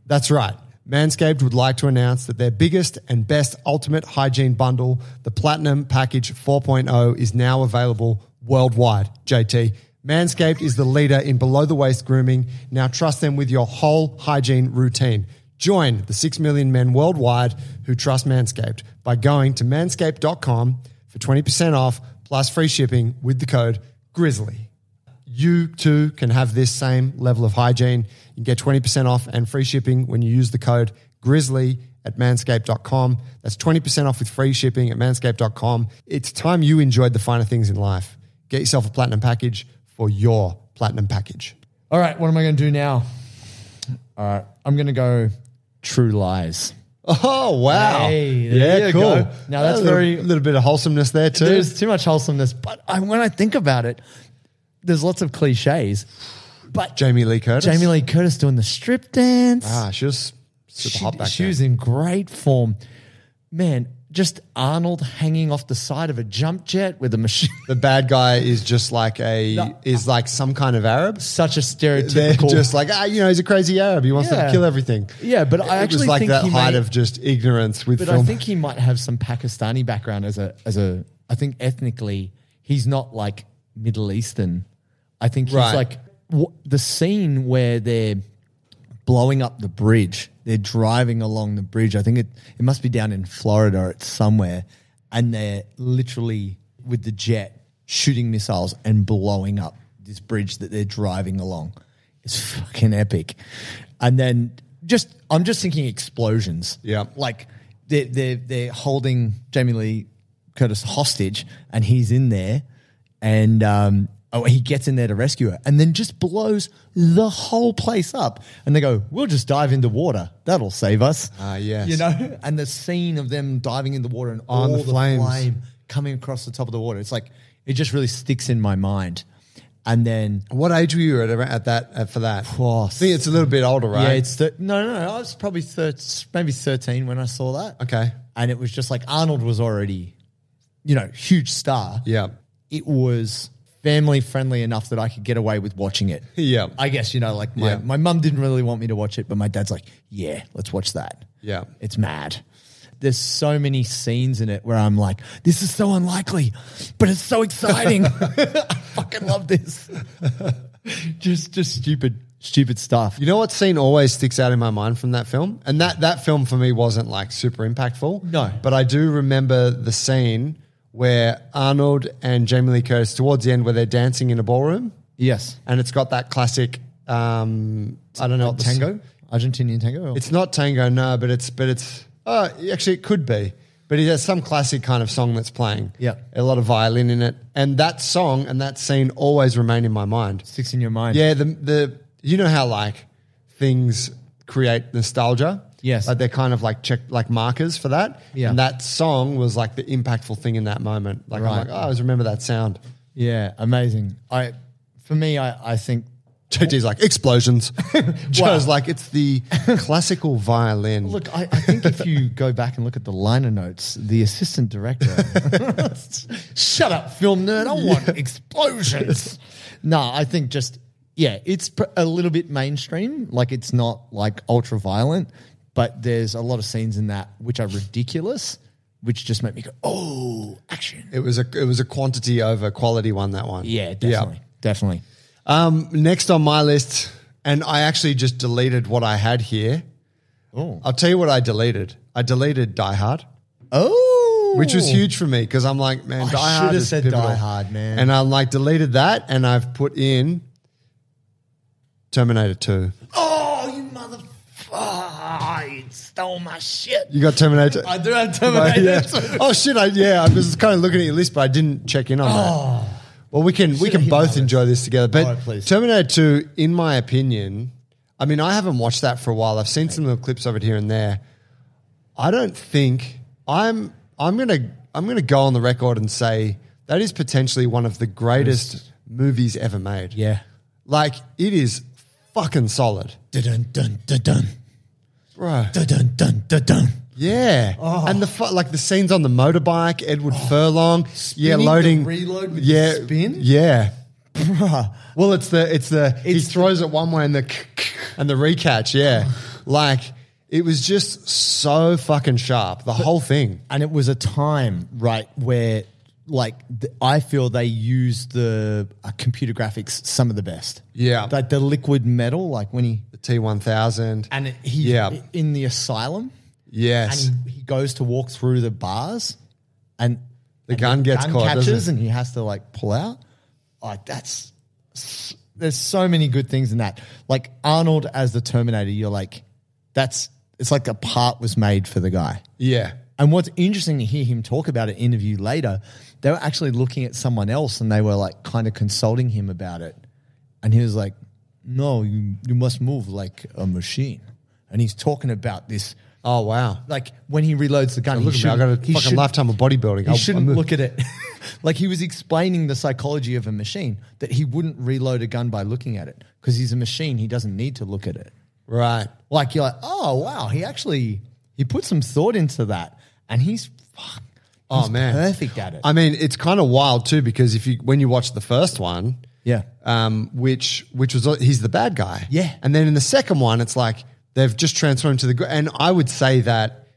Speaker 8: That's right. Manscaped would like to announce that their biggest and best ultimate hygiene bundle, the Platinum Package 4.0, is now available worldwide. JT, Manscaped is the leader in below the waist grooming. Now trust them with your whole hygiene routine. Join the 6 million men worldwide who trust Manscaped by going to manscaped.com for 20% off plus free shipping with the code GRIZZLY you too can have this same level of hygiene. You can get 20% off and free shipping when you use the code grizzly at manscaped.com. That's 20% off with free shipping at manscaped.com. It's time you enjoyed the finer things in life. Get yourself a platinum package for your platinum package.
Speaker 7: All right, what am I going to do now? All right, I'm going to go True Lies.
Speaker 8: Oh, wow.
Speaker 7: Hey, there
Speaker 8: yeah,
Speaker 7: you
Speaker 8: cool.
Speaker 7: go. Now that's
Speaker 8: a little,
Speaker 7: very-
Speaker 8: little bit of wholesomeness there too.
Speaker 7: There's too much wholesomeness, but I, when I think about it, there's lots of cliches. But
Speaker 8: Jamie Lee Curtis.
Speaker 7: Jamie Lee Curtis doing the strip dance.
Speaker 8: Ah, she was super
Speaker 7: she,
Speaker 8: hot back
Speaker 7: she
Speaker 8: then.
Speaker 7: was in great form. Man, just Arnold hanging off the side of a jump jet with a machine. (laughs)
Speaker 8: The bad guy is just like a
Speaker 7: No.
Speaker 8: is like some kind of Arab.
Speaker 7: Such a
Speaker 8: They're
Speaker 7: stereotypical.
Speaker 8: just like ah, you know, he's a crazy Arab. He wants
Speaker 7: Yeah.
Speaker 8: to kill everything.
Speaker 7: Yeah, but I
Speaker 8: It
Speaker 7: actually
Speaker 8: was like
Speaker 7: think
Speaker 8: that
Speaker 7: he
Speaker 8: height
Speaker 7: may-
Speaker 8: of just ignorance with
Speaker 7: but
Speaker 8: film.
Speaker 7: I think he might have some Pakistani background as a as a. I think ethnically he's not like Middle Eastern. I think he's
Speaker 8: Right.
Speaker 7: like wh- the scene where they're blowing up the bridge. They're driving along the bridge. I think it it must be down in Florida or it's somewhere, and they're literally with the jet shooting missiles and blowing up this bridge that they're driving along. It's fucking epic. And then just I'm just thinking explosions.
Speaker 8: Yeah.
Speaker 7: like they're they're they're holding Jamie Lee Curtis hostage, and he's in there, and um, oh, he gets in there to rescue her, and then just blows the whole place up, and they go, "We'll just dive into water. That'll save us."
Speaker 8: Ah, yes.
Speaker 7: you know, (laughs) and the scene of them diving in the water and
Speaker 8: On
Speaker 7: all
Speaker 8: the
Speaker 7: the,
Speaker 8: flames.
Speaker 7: flame coming across the top of the water, it's like it just really sticks in my mind, and then.
Speaker 8: what age were you at, ar- at that at, for that?
Speaker 7: Oh,
Speaker 8: I think it's a little bit older, right?
Speaker 7: Yeah, it's thir- no, no, no. I was probably thir- maybe thirteen when I saw that.
Speaker 8: Okay.
Speaker 7: and it was just like Arnold was already, you know, huge star.
Speaker 8: yeah,
Speaker 7: it was family friendly enough that I could get away with watching
Speaker 8: (laughs)
Speaker 7: it.
Speaker 8: Yeah.
Speaker 7: I guess you know, like my
Speaker 8: Yeah.
Speaker 7: my mum didn't really want me to watch it, but my dad's like, yeah, let's watch that.
Speaker 8: Yeah.
Speaker 7: it's mad. There's so many scenes in it where I'm like, this is so unlikely, but it's so
Speaker 8: (laughs)
Speaker 7: exciting. (laughs) I fucking love this. just just stupid stupid stuff.
Speaker 8: You know what scene always sticks out in my mind from that film? And that, that film for me wasn't like super impactful.
Speaker 7: No.
Speaker 8: But I do remember the scene where Arnold and Jamie Lee Curtis, towards the end, where they're dancing in a ballroom
Speaker 7: yes.
Speaker 8: and it's got that classic, um, I don't know, what the s-
Speaker 7: Tango? Argentinian tango? or-
Speaker 8: It's not tango, no, but it's, but it's, uh, actually, it could be. But it has some classic kind of song that's playing.
Speaker 7: Yeah.
Speaker 8: A lot of violin in it. And that song and that scene always remain in my mind.
Speaker 7: sticks in your mind.
Speaker 8: Yeah, the the you know how like things create nostalgia.
Speaker 7: Yes.
Speaker 8: like they're kind of like check like markers for that.
Speaker 7: Yeah.
Speaker 8: and that song was like the impactful thing in that moment. Like I'm
Speaker 7: Right.
Speaker 8: like, oh, I always remember that sound.
Speaker 7: Yeah, amazing. I for me I, I think
Speaker 8: JT's
Speaker 7: (laughs)
Speaker 8: like explosions. Joe's like it's the classical violin.
Speaker 7: Look, I, I think if (laughs) you go back and look at the liner notes, the assistant director. (laughs) Shut up, film nerd. I want (laughs) explosions. No, I think just, yeah, it's pr- a little bit mainstream. Like, it's not like ultra violent, but there's a lot of scenes in that which are ridiculous, which just make me go, oh, action.
Speaker 8: it was a it was a quantity over quality one. That one.
Speaker 7: Yeah, definitely. Definitely.
Speaker 8: Um, next on my list, and I actually just deleted what I had here.
Speaker 7: Oh.
Speaker 8: I'll tell you what I deleted. I deleted Die Hard.
Speaker 7: Oh.
Speaker 8: which was huge for me because I'm like, man,
Speaker 7: I
Speaker 8: Die
Speaker 7: should
Speaker 8: Hard
Speaker 7: have
Speaker 8: is
Speaker 7: said
Speaker 8: pivotal.
Speaker 7: Die Hard, man.
Speaker 8: and I'm like deleted that, and I've put in Terminator Two.
Speaker 7: Oh, you motherfucker. You stole my shit.
Speaker 8: You got Terminator.
Speaker 7: I do have (laughs) Terminator
Speaker 8: yeah.
Speaker 7: 2.
Speaker 8: Oh shit! I, yeah, I was kind of looking at your list, but I didn't check in on that. Well, we can we
Speaker 7: Oh. Should've
Speaker 8: can
Speaker 7: hit my
Speaker 8: both
Speaker 7: list.
Speaker 8: enjoy this together.
Speaker 7: All
Speaker 8: But
Speaker 7: right, please.
Speaker 8: Terminator Two, in my opinion, I mean, I haven't watched that for a while. I've seen some little clips of it here and there. I don't think I'm. I'm gonna. I'm gonna go on the record and say that is potentially one of the greatest movies ever made.
Speaker 7: Yeah.
Speaker 8: like it is fucking solid,
Speaker 7: Dun dun dun dun
Speaker 8: bro.
Speaker 7: dun dun dun dun dun.
Speaker 8: Yeah,
Speaker 7: Oh.
Speaker 8: and the fu- like the scenes on the motorbike, Edward Furlong, yeah,
Speaker 7: the
Speaker 8: loading,
Speaker 7: reload with the
Speaker 8: yeah,
Speaker 7: spin?
Speaker 8: yeah. Well, it's the it's the he
Speaker 7: It's Oh. the-
Speaker 8: throws it one way and the and the recatch, yeah. like it was just so fucking sharp, the whole thing.
Speaker 7: And it was a time right where, like, th- I feel they used the uh, computer graphics some of the best.
Speaker 8: Yeah.
Speaker 7: like the liquid metal, like when he
Speaker 8: The T one thousand,
Speaker 7: and it, he
Speaker 8: Yeah.
Speaker 7: in the asylum,
Speaker 8: yes,
Speaker 7: and he, he goes to walk through the bars, and
Speaker 8: the gun gets
Speaker 7: gun
Speaker 8: caught,
Speaker 7: catches,
Speaker 8: doesn't it?
Speaker 7: and he has to like pull out. Like that's s- there's so many good things in that. Like Arnold as the Terminator, you're like, that's it's like a part was made for the guy.
Speaker 8: yeah,
Speaker 7: And what's interesting to hear him talk about an interview later, they were actually looking at someone else and they were like kind of consulting him about it. And he was like, No, you, you must move like a machine. And he's talking about this.
Speaker 8: oh wow.
Speaker 7: Like when he reloads the gun, he
Speaker 8: Look at me, I
Speaker 7: shouldn't-
Speaker 8: got a
Speaker 7: he
Speaker 8: fucking
Speaker 7: should-
Speaker 8: lifetime of bodybuilding.
Speaker 7: he shouldn't
Speaker 8: I'm-
Speaker 7: look at it. (laughs) like he was explaining the psychology of a machine that he wouldn't reload a gun by looking at it because he's a machine. He doesn't need to look at it.
Speaker 8: right.
Speaker 7: Like you're like, oh wow, he actually he put some thought into that, and he's fuck,
Speaker 8: Oh
Speaker 7: he's
Speaker 8: man,
Speaker 7: perfect at it.
Speaker 8: I mean, it's kind of wild too because if you when you watch the first one,
Speaker 7: yeah,
Speaker 8: um, which which was he's the bad guy,
Speaker 7: Yeah.
Speaker 8: and then in the second one, it's like they've just transformed to the. gr- And I would say that,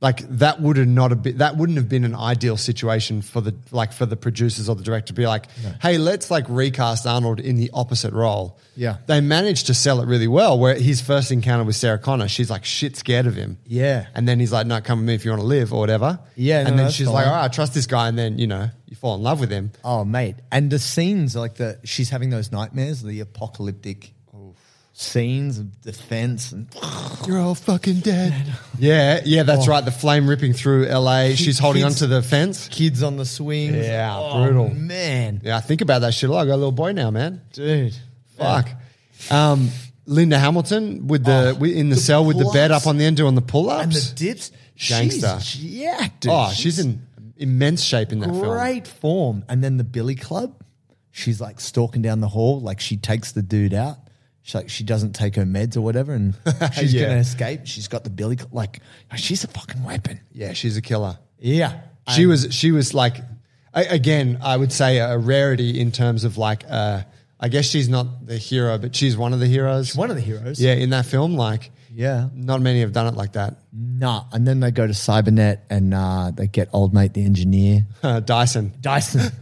Speaker 8: like that would have not have been, that wouldn't have been an ideal situation for the like for the producers or the director to be like, hey, let's like recast Arnold in the opposite role.
Speaker 7: Yeah.
Speaker 8: they managed to sell it really well. Where his first encounter with Sarah Connor, she's like shit scared of him.
Speaker 7: Yeah.
Speaker 8: and then he's like, no, come with me if you want to live or whatever.
Speaker 7: Yeah, no,
Speaker 8: and then
Speaker 7: that's
Speaker 8: she's like,
Speaker 7: fine.
Speaker 8: all right, I trust this guy, and then you know you fall in love with him.
Speaker 7: Oh, mate. And the scenes, like the she's having those nightmares, the apocalyptic scenes of defense and
Speaker 8: You're all fucking dead. Yeah, yeah, that's right. The flame ripping through LA. She's holding
Speaker 7: kids-
Speaker 8: onto the fence.
Speaker 7: kids on the swings.
Speaker 8: Yeah,
Speaker 7: Oh,
Speaker 8: brutal.
Speaker 7: Man.
Speaker 8: Yeah, I think about that shit a lot. I got a little boy now, man. Dude, fuck. Um, Linda Hamilton with the
Speaker 7: Oh,
Speaker 8: wi- in the,
Speaker 7: the
Speaker 8: cell with the bed
Speaker 7: pull-ups.
Speaker 8: up on the end doing the pull
Speaker 7: And
Speaker 8: ups.
Speaker 7: the dips.
Speaker 8: Gangster.
Speaker 7: She's, yeah, dude.
Speaker 8: oh, she's, in immense shape in that film.
Speaker 7: great form. And then the Billy Club, she's like stalking down the hall, like she takes the dude out. She like she doesn't take her meds or whatever,
Speaker 8: (laughs)
Speaker 7: and she's
Speaker 8: Yeah.
Speaker 7: gonna escape. She's got the Billy Club. Like she's a fucking weapon.
Speaker 8: Yeah, she's a killer.
Speaker 7: Yeah,
Speaker 8: She was she was like a- again, I would say a rarity in terms of like uh I guess she's not the hero, but she's one of the heroes.
Speaker 7: one of the heroes.
Speaker 8: Yeah, in that film, like
Speaker 7: yeah.
Speaker 8: not many have done it like that.
Speaker 7: Nah, and then they go to Cybernet and uh, they get old mate the engineer (laughs)
Speaker 8: Dyson,
Speaker 7: Uh, Dyson.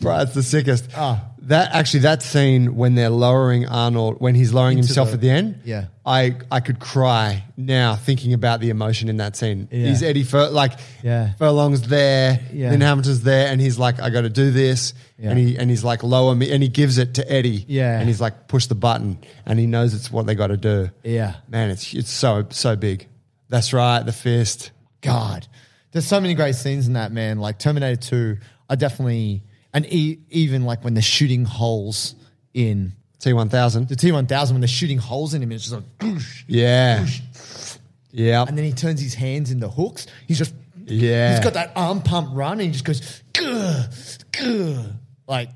Speaker 8: bro, it's the sickest.
Speaker 7: Ah.
Speaker 8: That actually, that scene when they're lowering Arnold, when he's lowering
Speaker 7: Into
Speaker 8: himself
Speaker 7: the-
Speaker 8: at the end,
Speaker 7: Yeah.
Speaker 8: I I could cry now thinking about the emotion in that scene.
Speaker 7: Yeah.
Speaker 8: He's Eddie Fur, like
Speaker 7: Yeah.
Speaker 8: Furlong's there,
Speaker 7: Yeah.
Speaker 8: yeah. Lynn Hamilton's there, and he's like, I got to do this,
Speaker 7: Yeah.
Speaker 8: and he and he's like, lower me, and he gives it to Eddie,
Speaker 7: Yeah.
Speaker 8: and he's like, push the button, and he knows it's what they got to do,
Speaker 7: Yeah.
Speaker 8: Man, it's it's so so big. That's right, the fist.
Speaker 7: God, there's so many great scenes in that man. Like Terminator Two, I definitely and e- even like when they're shooting holes in
Speaker 8: T one thousand.
Speaker 7: the T1000 when they're shooting holes in him, it's just like, goosh.
Speaker 8: Yeah. Yeah.
Speaker 7: and then he turns his hands into hooks. He's just,
Speaker 8: Yeah.
Speaker 7: he's got that arm pump run, and he just goes, "Gah, gah." like,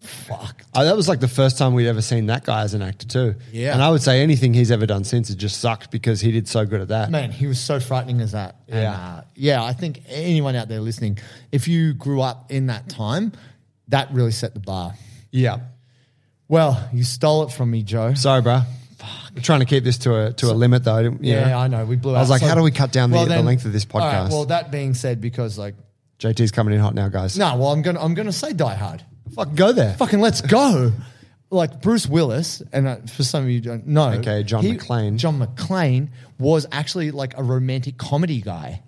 Speaker 7: fuck,
Speaker 8: Oh, that was like the first time we'd ever seen that guy as an actor too.
Speaker 7: Yeah.
Speaker 8: And I would say anything he's ever done since it just sucked because he did so good at that.
Speaker 7: man, he was so frightening as that. And,
Speaker 8: Yeah.
Speaker 7: uh, yeah. I think anyone out there listening, if you grew up in that time, that really set the bar.
Speaker 8: Yeah.
Speaker 7: Well, you stole it from me, Joe.
Speaker 8: Sorry, bro. We're trying to keep this to a to a limit though. didn't- you
Speaker 7: yeah, I know. We blew.
Speaker 8: I was
Speaker 7: out.
Speaker 8: like,
Speaker 7: So-
Speaker 8: how do we cut down the,
Speaker 7: Well,
Speaker 8: the
Speaker 7: then-
Speaker 8: length of this
Speaker 7: all right,
Speaker 8: podcast?
Speaker 7: well, that being said, because like,
Speaker 8: JT's coming in hot now, guys.
Speaker 7: no, well, I'm gonna, I'm gonna say Die Hard.
Speaker 8: fuck, go there.
Speaker 7: fucking let's
Speaker 8: (laughs)
Speaker 7: go. Like Bruce Willis, and uh, for some of you don't know,
Speaker 8: Okay, John McClane.
Speaker 7: John McClane was actually like a romantic comedy guy.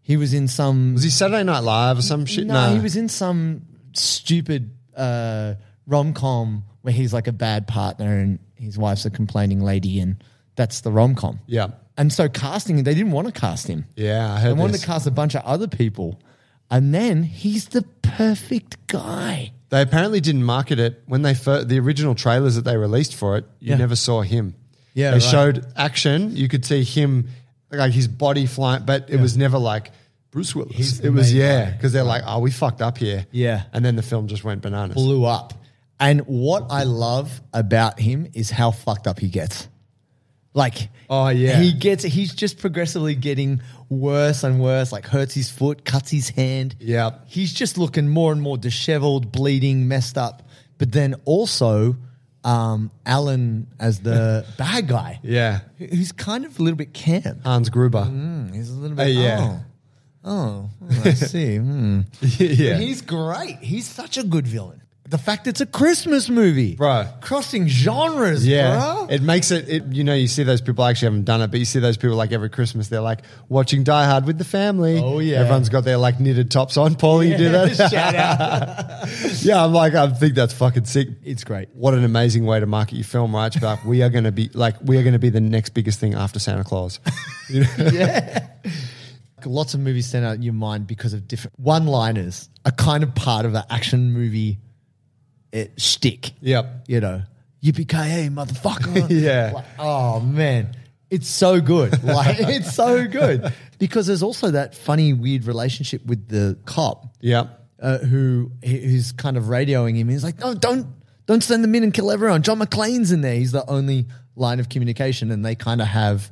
Speaker 7: He was in some.
Speaker 8: Was he Saturday Night Live or some shit?
Speaker 7: no, he was in some stupid uh, rom com where he's like a bad partner and his wife's a complaining lady, and that's the rom com.
Speaker 8: Yeah.
Speaker 7: And so casting, they didn't want to cast him.
Speaker 8: Yeah, I
Speaker 7: They
Speaker 8: heard
Speaker 7: wanted
Speaker 8: this.
Speaker 7: to cast a bunch of other people, and then he's the perfect guy.
Speaker 8: They apparently didn't market it when they fir- the original trailers that they released for it. You
Speaker 7: Yeah.
Speaker 8: never saw him.
Speaker 7: Yeah,
Speaker 8: they
Speaker 7: right.
Speaker 8: showed action. You could see him, like his body flying, but it was never like Bruce Willis.
Speaker 7: He's the
Speaker 8: it was
Speaker 7: main
Speaker 8: yeah,
Speaker 7: guy.
Speaker 8: because they're like, oh, we fucked up here.
Speaker 7: Yeah.
Speaker 8: and then the film just went bananas.
Speaker 7: blew up. And what I love about him is how fucked up he gets. Like,
Speaker 8: Oh, yeah.
Speaker 7: he gets. He's just progressively getting worse and worse. Like, hurts his foot, cuts his hand.
Speaker 8: Yep.
Speaker 7: he's just looking more and more disheveled, bleeding, messed up. But then also, um, Alan as
Speaker 8: (laughs)
Speaker 7: the bad guy,
Speaker 8: Yeah,
Speaker 7: who- who's kind of a little bit camp.
Speaker 8: Hans Gruber.
Speaker 7: Hmm, He's a little
Speaker 8: Uh,
Speaker 7: bit.
Speaker 8: yeah.
Speaker 7: Oh, oh, (laughs) I see. hmm.
Speaker 8: (laughs) yeah,
Speaker 7: He's great. He's such a good villain. The fact it's a Christmas movie,
Speaker 8: Bro.
Speaker 7: crossing genres,
Speaker 8: yeah.
Speaker 7: bro. (laughs)
Speaker 8: It makes it, it. You know, you see those people. I actually haven't done it, but you see those people like every Christmas. They're like watching Die Hard with the family.
Speaker 7: Oh, yeah.
Speaker 8: everyone's got their like knitted tops on. Paul, you do that.
Speaker 7: (laughs)
Speaker 8: (laughs)
Speaker 7: Shout out.
Speaker 8: Yeah, I'm like, I think that's fucking sick.
Speaker 7: It's great.
Speaker 8: What an amazing way to market your film, right? But like, we are going to be like, we are going to be the next biggest thing after
Speaker 7: (laughs)
Speaker 8: Santa Claus. You know?
Speaker 7: Lots of movies stand out in your mind because of different one-liners. Are kind of part of the action movie it, shtick.
Speaker 8: Yep.
Speaker 7: You know, yippee ki (laughs) motherfucker.
Speaker 8: Yeah.
Speaker 7: Like, oh man, it's so good. (laughs) Like it's so good because there's also that funny, weird relationship with the cop.
Speaker 8: Yep.
Speaker 7: uh, who he- who's kind of radioing him. He's like, "No, don't don't send them in and kill everyone." John McClane's in there. He's the only line of communication, and they kind of have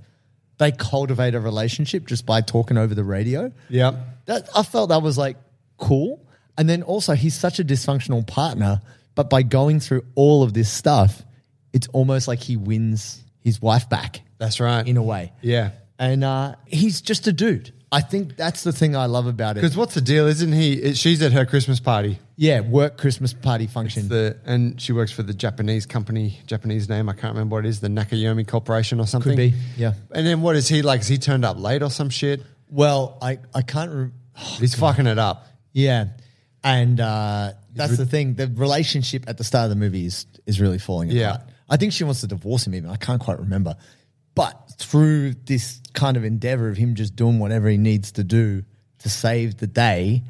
Speaker 7: they cultivate a relationship just by talking over the radio.
Speaker 8: Yep.
Speaker 7: That, I felt that was like cool. And then also, he's such a dysfunctional partner, but by going through all of this stuff, it's almost like he wins his wife back
Speaker 8: That's right.
Speaker 7: in a way.
Speaker 8: Yeah.
Speaker 7: And uh, he's just a dude. I think that's the thing I love about it.
Speaker 8: Because what's the deal? Isn't he? It, she's at her Christmas party,
Speaker 7: Yeah, work Christmas party function.
Speaker 8: the, and she works for the Japanese company, Japanese name. I can't remember what it is, the Nakayomi Corporation or something.
Speaker 7: be, yeah.
Speaker 8: And then what is he like? Is he turned up late or some shit?
Speaker 7: well, I, I can't re-
Speaker 8: He's fucking it up.
Speaker 7: Yeah. And uh, that's the thing. The relationship at the start of the movie is, is really falling apart.
Speaker 8: Yeah.
Speaker 7: I think she wants to divorce him, even. I can't quite remember. But through this kind of endeavor of him just doing whatever he needs to do to save the day,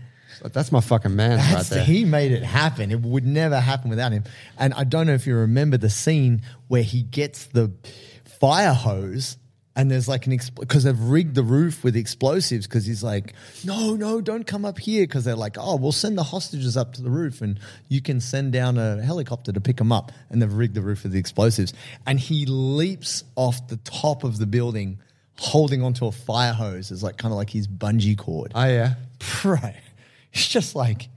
Speaker 8: But that's my fucking man right
Speaker 7: That's
Speaker 8: there.
Speaker 7: he made it happen. It would never happen without him. And I don't know if you remember the scene where he gets the fire hose. And there's like an because they've rigged the roof with explosives because he's like, no, no, don't come up here because they're like, oh, we'll send the hostages up to the roof and you can send down a helicopter to pick them up. And they've rigged the roof with the explosives. And he leaps off the top of the building holding onto a fire hose as like kind of like his bungee cord
Speaker 8: oh yeah.
Speaker 7: (laughs) pray. It's just like,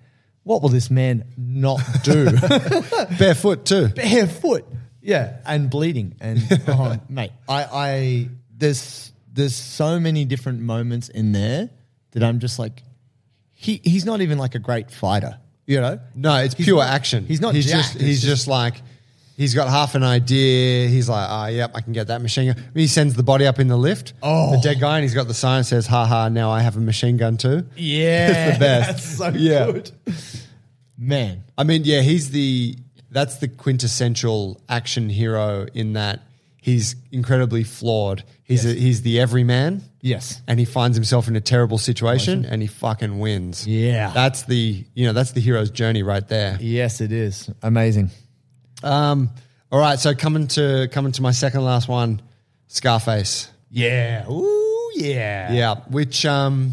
Speaker 7: what will this man not do? (laughs)
Speaker 8: Barefoot too.
Speaker 7: Barefoot, yeah, and bleeding, (laughs) and oh, mate, I, I, there's, there's so many different moments in there that I'm just like, he, he's not even like a great fighter, you know?
Speaker 8: No, it's
Speaker 7: He's
Speaker 8: pure
Speaker 7: not-
Speaker 8: action.
Speaker 7: He's not.
Speaker 8: He's
Speaker 7: jacked.
Speaker 8: just.
Speaker 7: It's
Speaker 8: He's just like. He's got half an idea. He's like, oh, yep, I can get that machine gun. He sends the body up in the lift.
Speaker 7: Oh.
Speaker 8: The dead guy, and he's got the sign that says, ha ha, now I have a machine gun too.
Speaker 7: yeah,
Speaker 8: It's the best.
Speaker 7: That's so
Speaker 8: Yeah.
Speaker 7: good, man.
Speaker 8: I mean, yeah, he's the that's the quintessential action hero in that he's incredibly flawed. He's
Speaker 7: Yes.
Speaker 8: a, he's the everyman.
Speaker 7: Yes.
Speaker 8: And he finds himself in a terrible situation and he fucking wins.
Speaker 7: Yeah.
Speaker 8: That's the you know, that's the hero's journey right there.
Speaker 7: Yes, it is amazing.
Speaker 8: Um all right, so coming to coming to my second last one, Scarface.
Speaker 7: Yeah. Ooh, yeah.
Speaker 8: Yeah, which um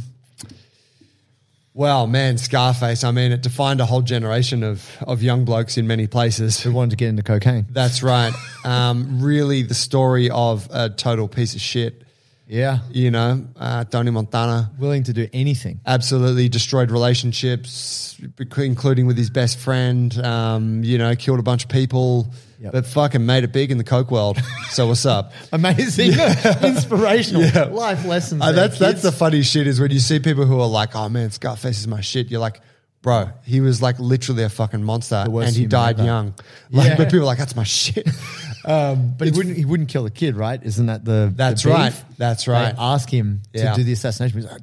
Speaker 8: well, man, Scarface, I mean, it defined a whole generation of of young blokes in many places.
Speaker 7: Who wanted to get into cocaine?
Speaker 8: That's right. (laughs) um, really, the story of a total piece of shit.
Speaker 7: Yeah.
Speaker 8: You know, uh, Tony Montana
Speaker 7: Willing to do anything.
Speaker 8: absolutely destroyed relationships, bec- including with his best friend. Um, you know, killed a bunch of people,
Speaker 7: Yep.
Speaker 8: but fucking made it big in the coke world. (laughs) so what's up?
Speaker 7: Amazing, (laughs) inspirational life lessons.
Speaker 8: Uh,
Speaker 7: there,
Speaker 8: that's that's
Speaker 7: kids.
Speaker 8: the funny shit is when you see people who are like, oh man, Scarface is my shit. You're like, bro, he was like literally a fucking monster,
Speaker 7: worst
Speaker 8: and he
Speaker 7: human
Speaker 8: died
Speaker 7: ever.
Speaker 8: young. (laughs) Like,
Speaker 7: Yeah.
Speaker 8: but people are like, that's my shit. (laughs) um,
Speaker 7: But he wouldn't. He wouldn't kill the kid, right? Isn't that the?
Speaker 8: That's
Speaker 7: the beef?
Speaker 8: right. That's right.
Speaker 7: They ask him
Speaker 8: Yeah.
Speaker 7: to do the assassination. He's like,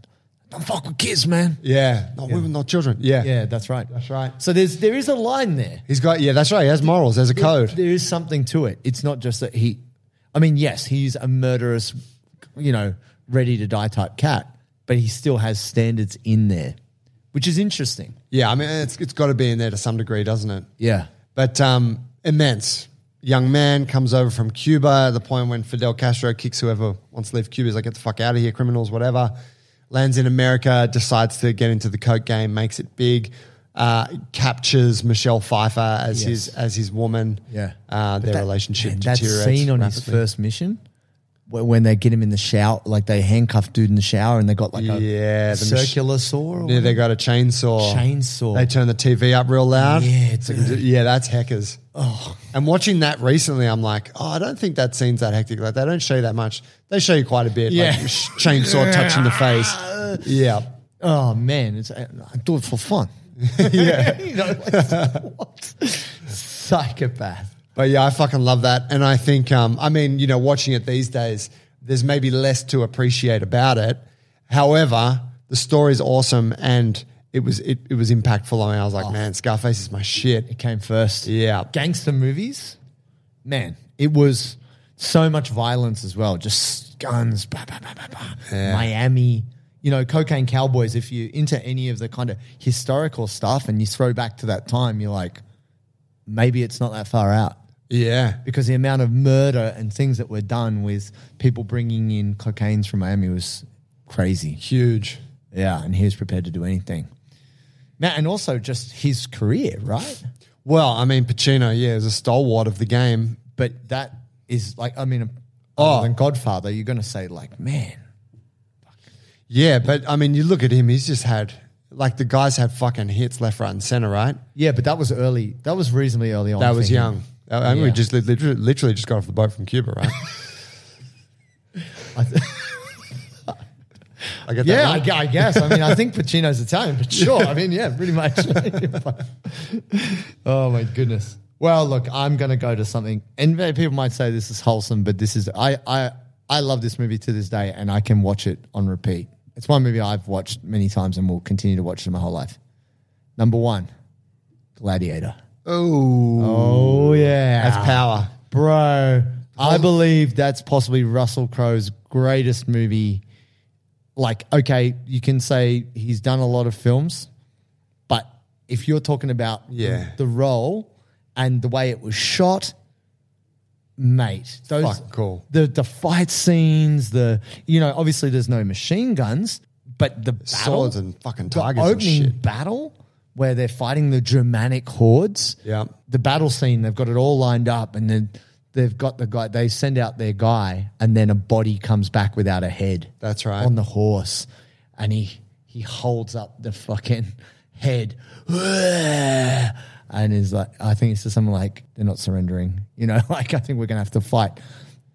Speaker 7: "Don't fuck with kids, man."
Speaker 8: yeah, not women, not children.
Speaker 7: Yeah, that's right.
Speaker 8: That's right.
Speaker 7: So there's there is a line there.
Speaker 8: He's got yeah, that's right. He has morals. There's a code.
Speaker 7: There is something to it. It's not just that he. I mean, yes, he's a murderous, you know, ready to die type cat, but he still has standards in there, which is interesting.
Speaker 8: Yeah, I mean it's it's got to be in there to some degree, doesn't it?
Speaker 7: Yeah.
Speaker 8: But um, immense young man comes over from Cuba at the point when Fidel Castro kicks whoever wants to leave Cuba. He's like, get the fuck out of here, criminals, whatever. Lands in America, decides to get into the coke game, makes it big. Uh, captures Michelle Pfeiffer as
Speaker 7: Yes.
Speaker 8: his as his woman.
Speaker 7: Yeah.
Speaker 8: uh,
Speaker 7: But
Speaker 8: their
Speaker 7: that-
Speaker 8: relationship
Speaker 7: man, that
Speaker 8: deteriorates.
Speaker 7: scene on his
Speaker 8: rapidly.
Speaker 7: first mission, wh- when they get him in the shower, like they handcuffed dude in the shower, and they got like
Speaker 8: Yeah,
Speaker 7: a
Speaker 8: the mach-
Speaker 7: circular saw. Or
Speaker 8: Yeah, they got a chainsaw.
Speaker 7: Oh, Chainsaw.
Speaker 8: They turn the TV up real loud.
Speaker 7: Yeah,
Speaker 8: it's
Speaker 7: dude.
Speaker 8: yeah, that's heckers. Oh, and watching that recently, I'm like, oh, I don't think that scene's that hectic. Like they don't show you that much. They show you quite a bit.
Speaker 7: Yeah.
Speaker 8: like, sh-
Speaker 7: (laughs)
Speaker 8: chainsaw touching the face. Yeah,
Speaker 7: Uh, oh man, it's, I, I do it for fun. (laughs)
Speaker 8: yeah.
Speaker 7: You know, like, (laughs)
Speaker 8: (laughs)
Speaker 7: what? Psychopath.
Speaker 8: But yeah, I fucking love that. And I think, um, I mean, you know, watching it these days, there's maybe less to appreciate about it. However, the story's awesome and. It was it, it was impactful on me. I was like,
Speaker 7: Oh.
Speaker 8: man, Scarface is my
Speaker 7: It
Speaker 8: shit.
Speaker 7: came first.
Speaker 8: Yeah.
Speaker 7: Gangster movies, man, it was so much violence as well. Just guns, bah, bah, bah, bah, bah. Miami. You know, Cocaine Cowboys, if you're into any of the kind of historical stuff and you throw back to that time, you're like, maybe it's not that far out.
Speaker 8: Yeah.
Speaker 7: Because the amount of murder and things that were done with people bringing in cocaines from Miami was crazy.
Speaker 8: Huge.
Speaker 7: Yeah, and he was prepared to do anything. Now, and also just his career, right?
Speaker 8: Well, I mean, Pacino, yeah, is a stalwart of the game.
Speaker 7: but that is like I mean other than Godfather, you're going to say like, man,
Speaker 8: Yeah, but I mean, you look at him; he's just had like the guys had fucking hits left, right, and center, right?
Speaker 7: yeah, but that was early. That was reasonably early on.
Speaker 8: That was
Speaker 7: for him.
Speaker 8: young. I I mean, we
Speaker 7: Yeah.
Speaker 8: just literally, literally just got off the boat from Cuba,
Speaker 7: (laughs)
Speaker 8: right?
Speaker 7: I (laughs) th-
Speaker 8: I get
Speaker 7: yeah,
Speaker 8: that.
Speaker 7: I,
Speaker 8: right?
Speaker 7: gu- (laughs) I guess. I mean, I think Pacino's Italian, but sure. I mean, yeah, pretty (laughs) much. oh my goodness. Well, look, I'm going to go to something, and many people might say this is wholesome, but this is I I I love this movie to this day, and I can watch it on repeat. It's one movie I've watched many times and will continue to watch it my whole life. Number one, Gladiator. Oh, oh yeah,
Speaker 8: that's power. Oh.
Speaker 7: bro. I believe that's possibly Russell Crowe's greatest movie. Like, okay, you can say he's done a lot of films, but if you're talking about
Speaker 8: Yeah.
Speaker 7: the role and the way it was shot, mate, those
Speaker 8: Fucking cool.
Speaker 7: The the fight scenes, the you know, obviously there's no machine guns, but the battle,
Speaker 8: Swords and fucking
Speaker 7: the
Speaker 8: tigers and
Speaker 7: opening
Speaker 8: shit.
Speaker 7: battle where they're fighting the Germanic hordes
Speaker 8: Yeah.
Speaker 7: the battle scene, they've got it all lined up, and then they've got the guy. They send out their guy, and then a body comes back without a head.
Speaker 8: That's right.
Speaker 7: on the horse, and he he holds up the fucking head, and is like, I think it's just something like they're not surrendering. You know, (laughs) like I think we're gonna have to fight.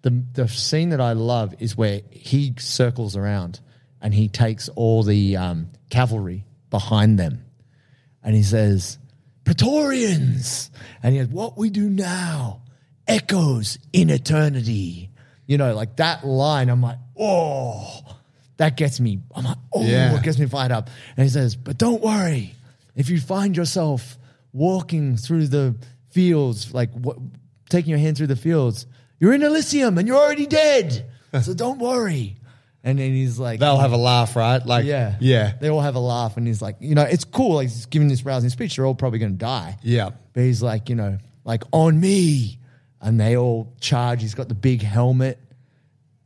Speaker 7: The the scene that I love is where he circles around and he takes all the um, cavalry behind them and he says, Praetorians. And he goes, What we do now echoes in eternity. You know, like that line, I'm like, Oh, that gets me. I'm like, Oh,
Speaker 8: Yeah.
Speaker 7: it gets me fired up. And he says, But don't worry. If you find yourself walking through the fields, like what, taking your hand through the fields, you're in Elysium and you're already dead. so don't worry. And then he's like,
Speaker 8: They'll have a laugh, right? Like,
Speaker 7: yeah.
Speaker 8: yeah,
Speaker 7: They all have a laugh, and he's like, you know, it's cool. Like, he's giving this rousing speech. They're all probably going to die.
Speaker 8: yeah.
Speaker 7: But he's like, you know, like, on me. And they all charge. He's got the big helmet.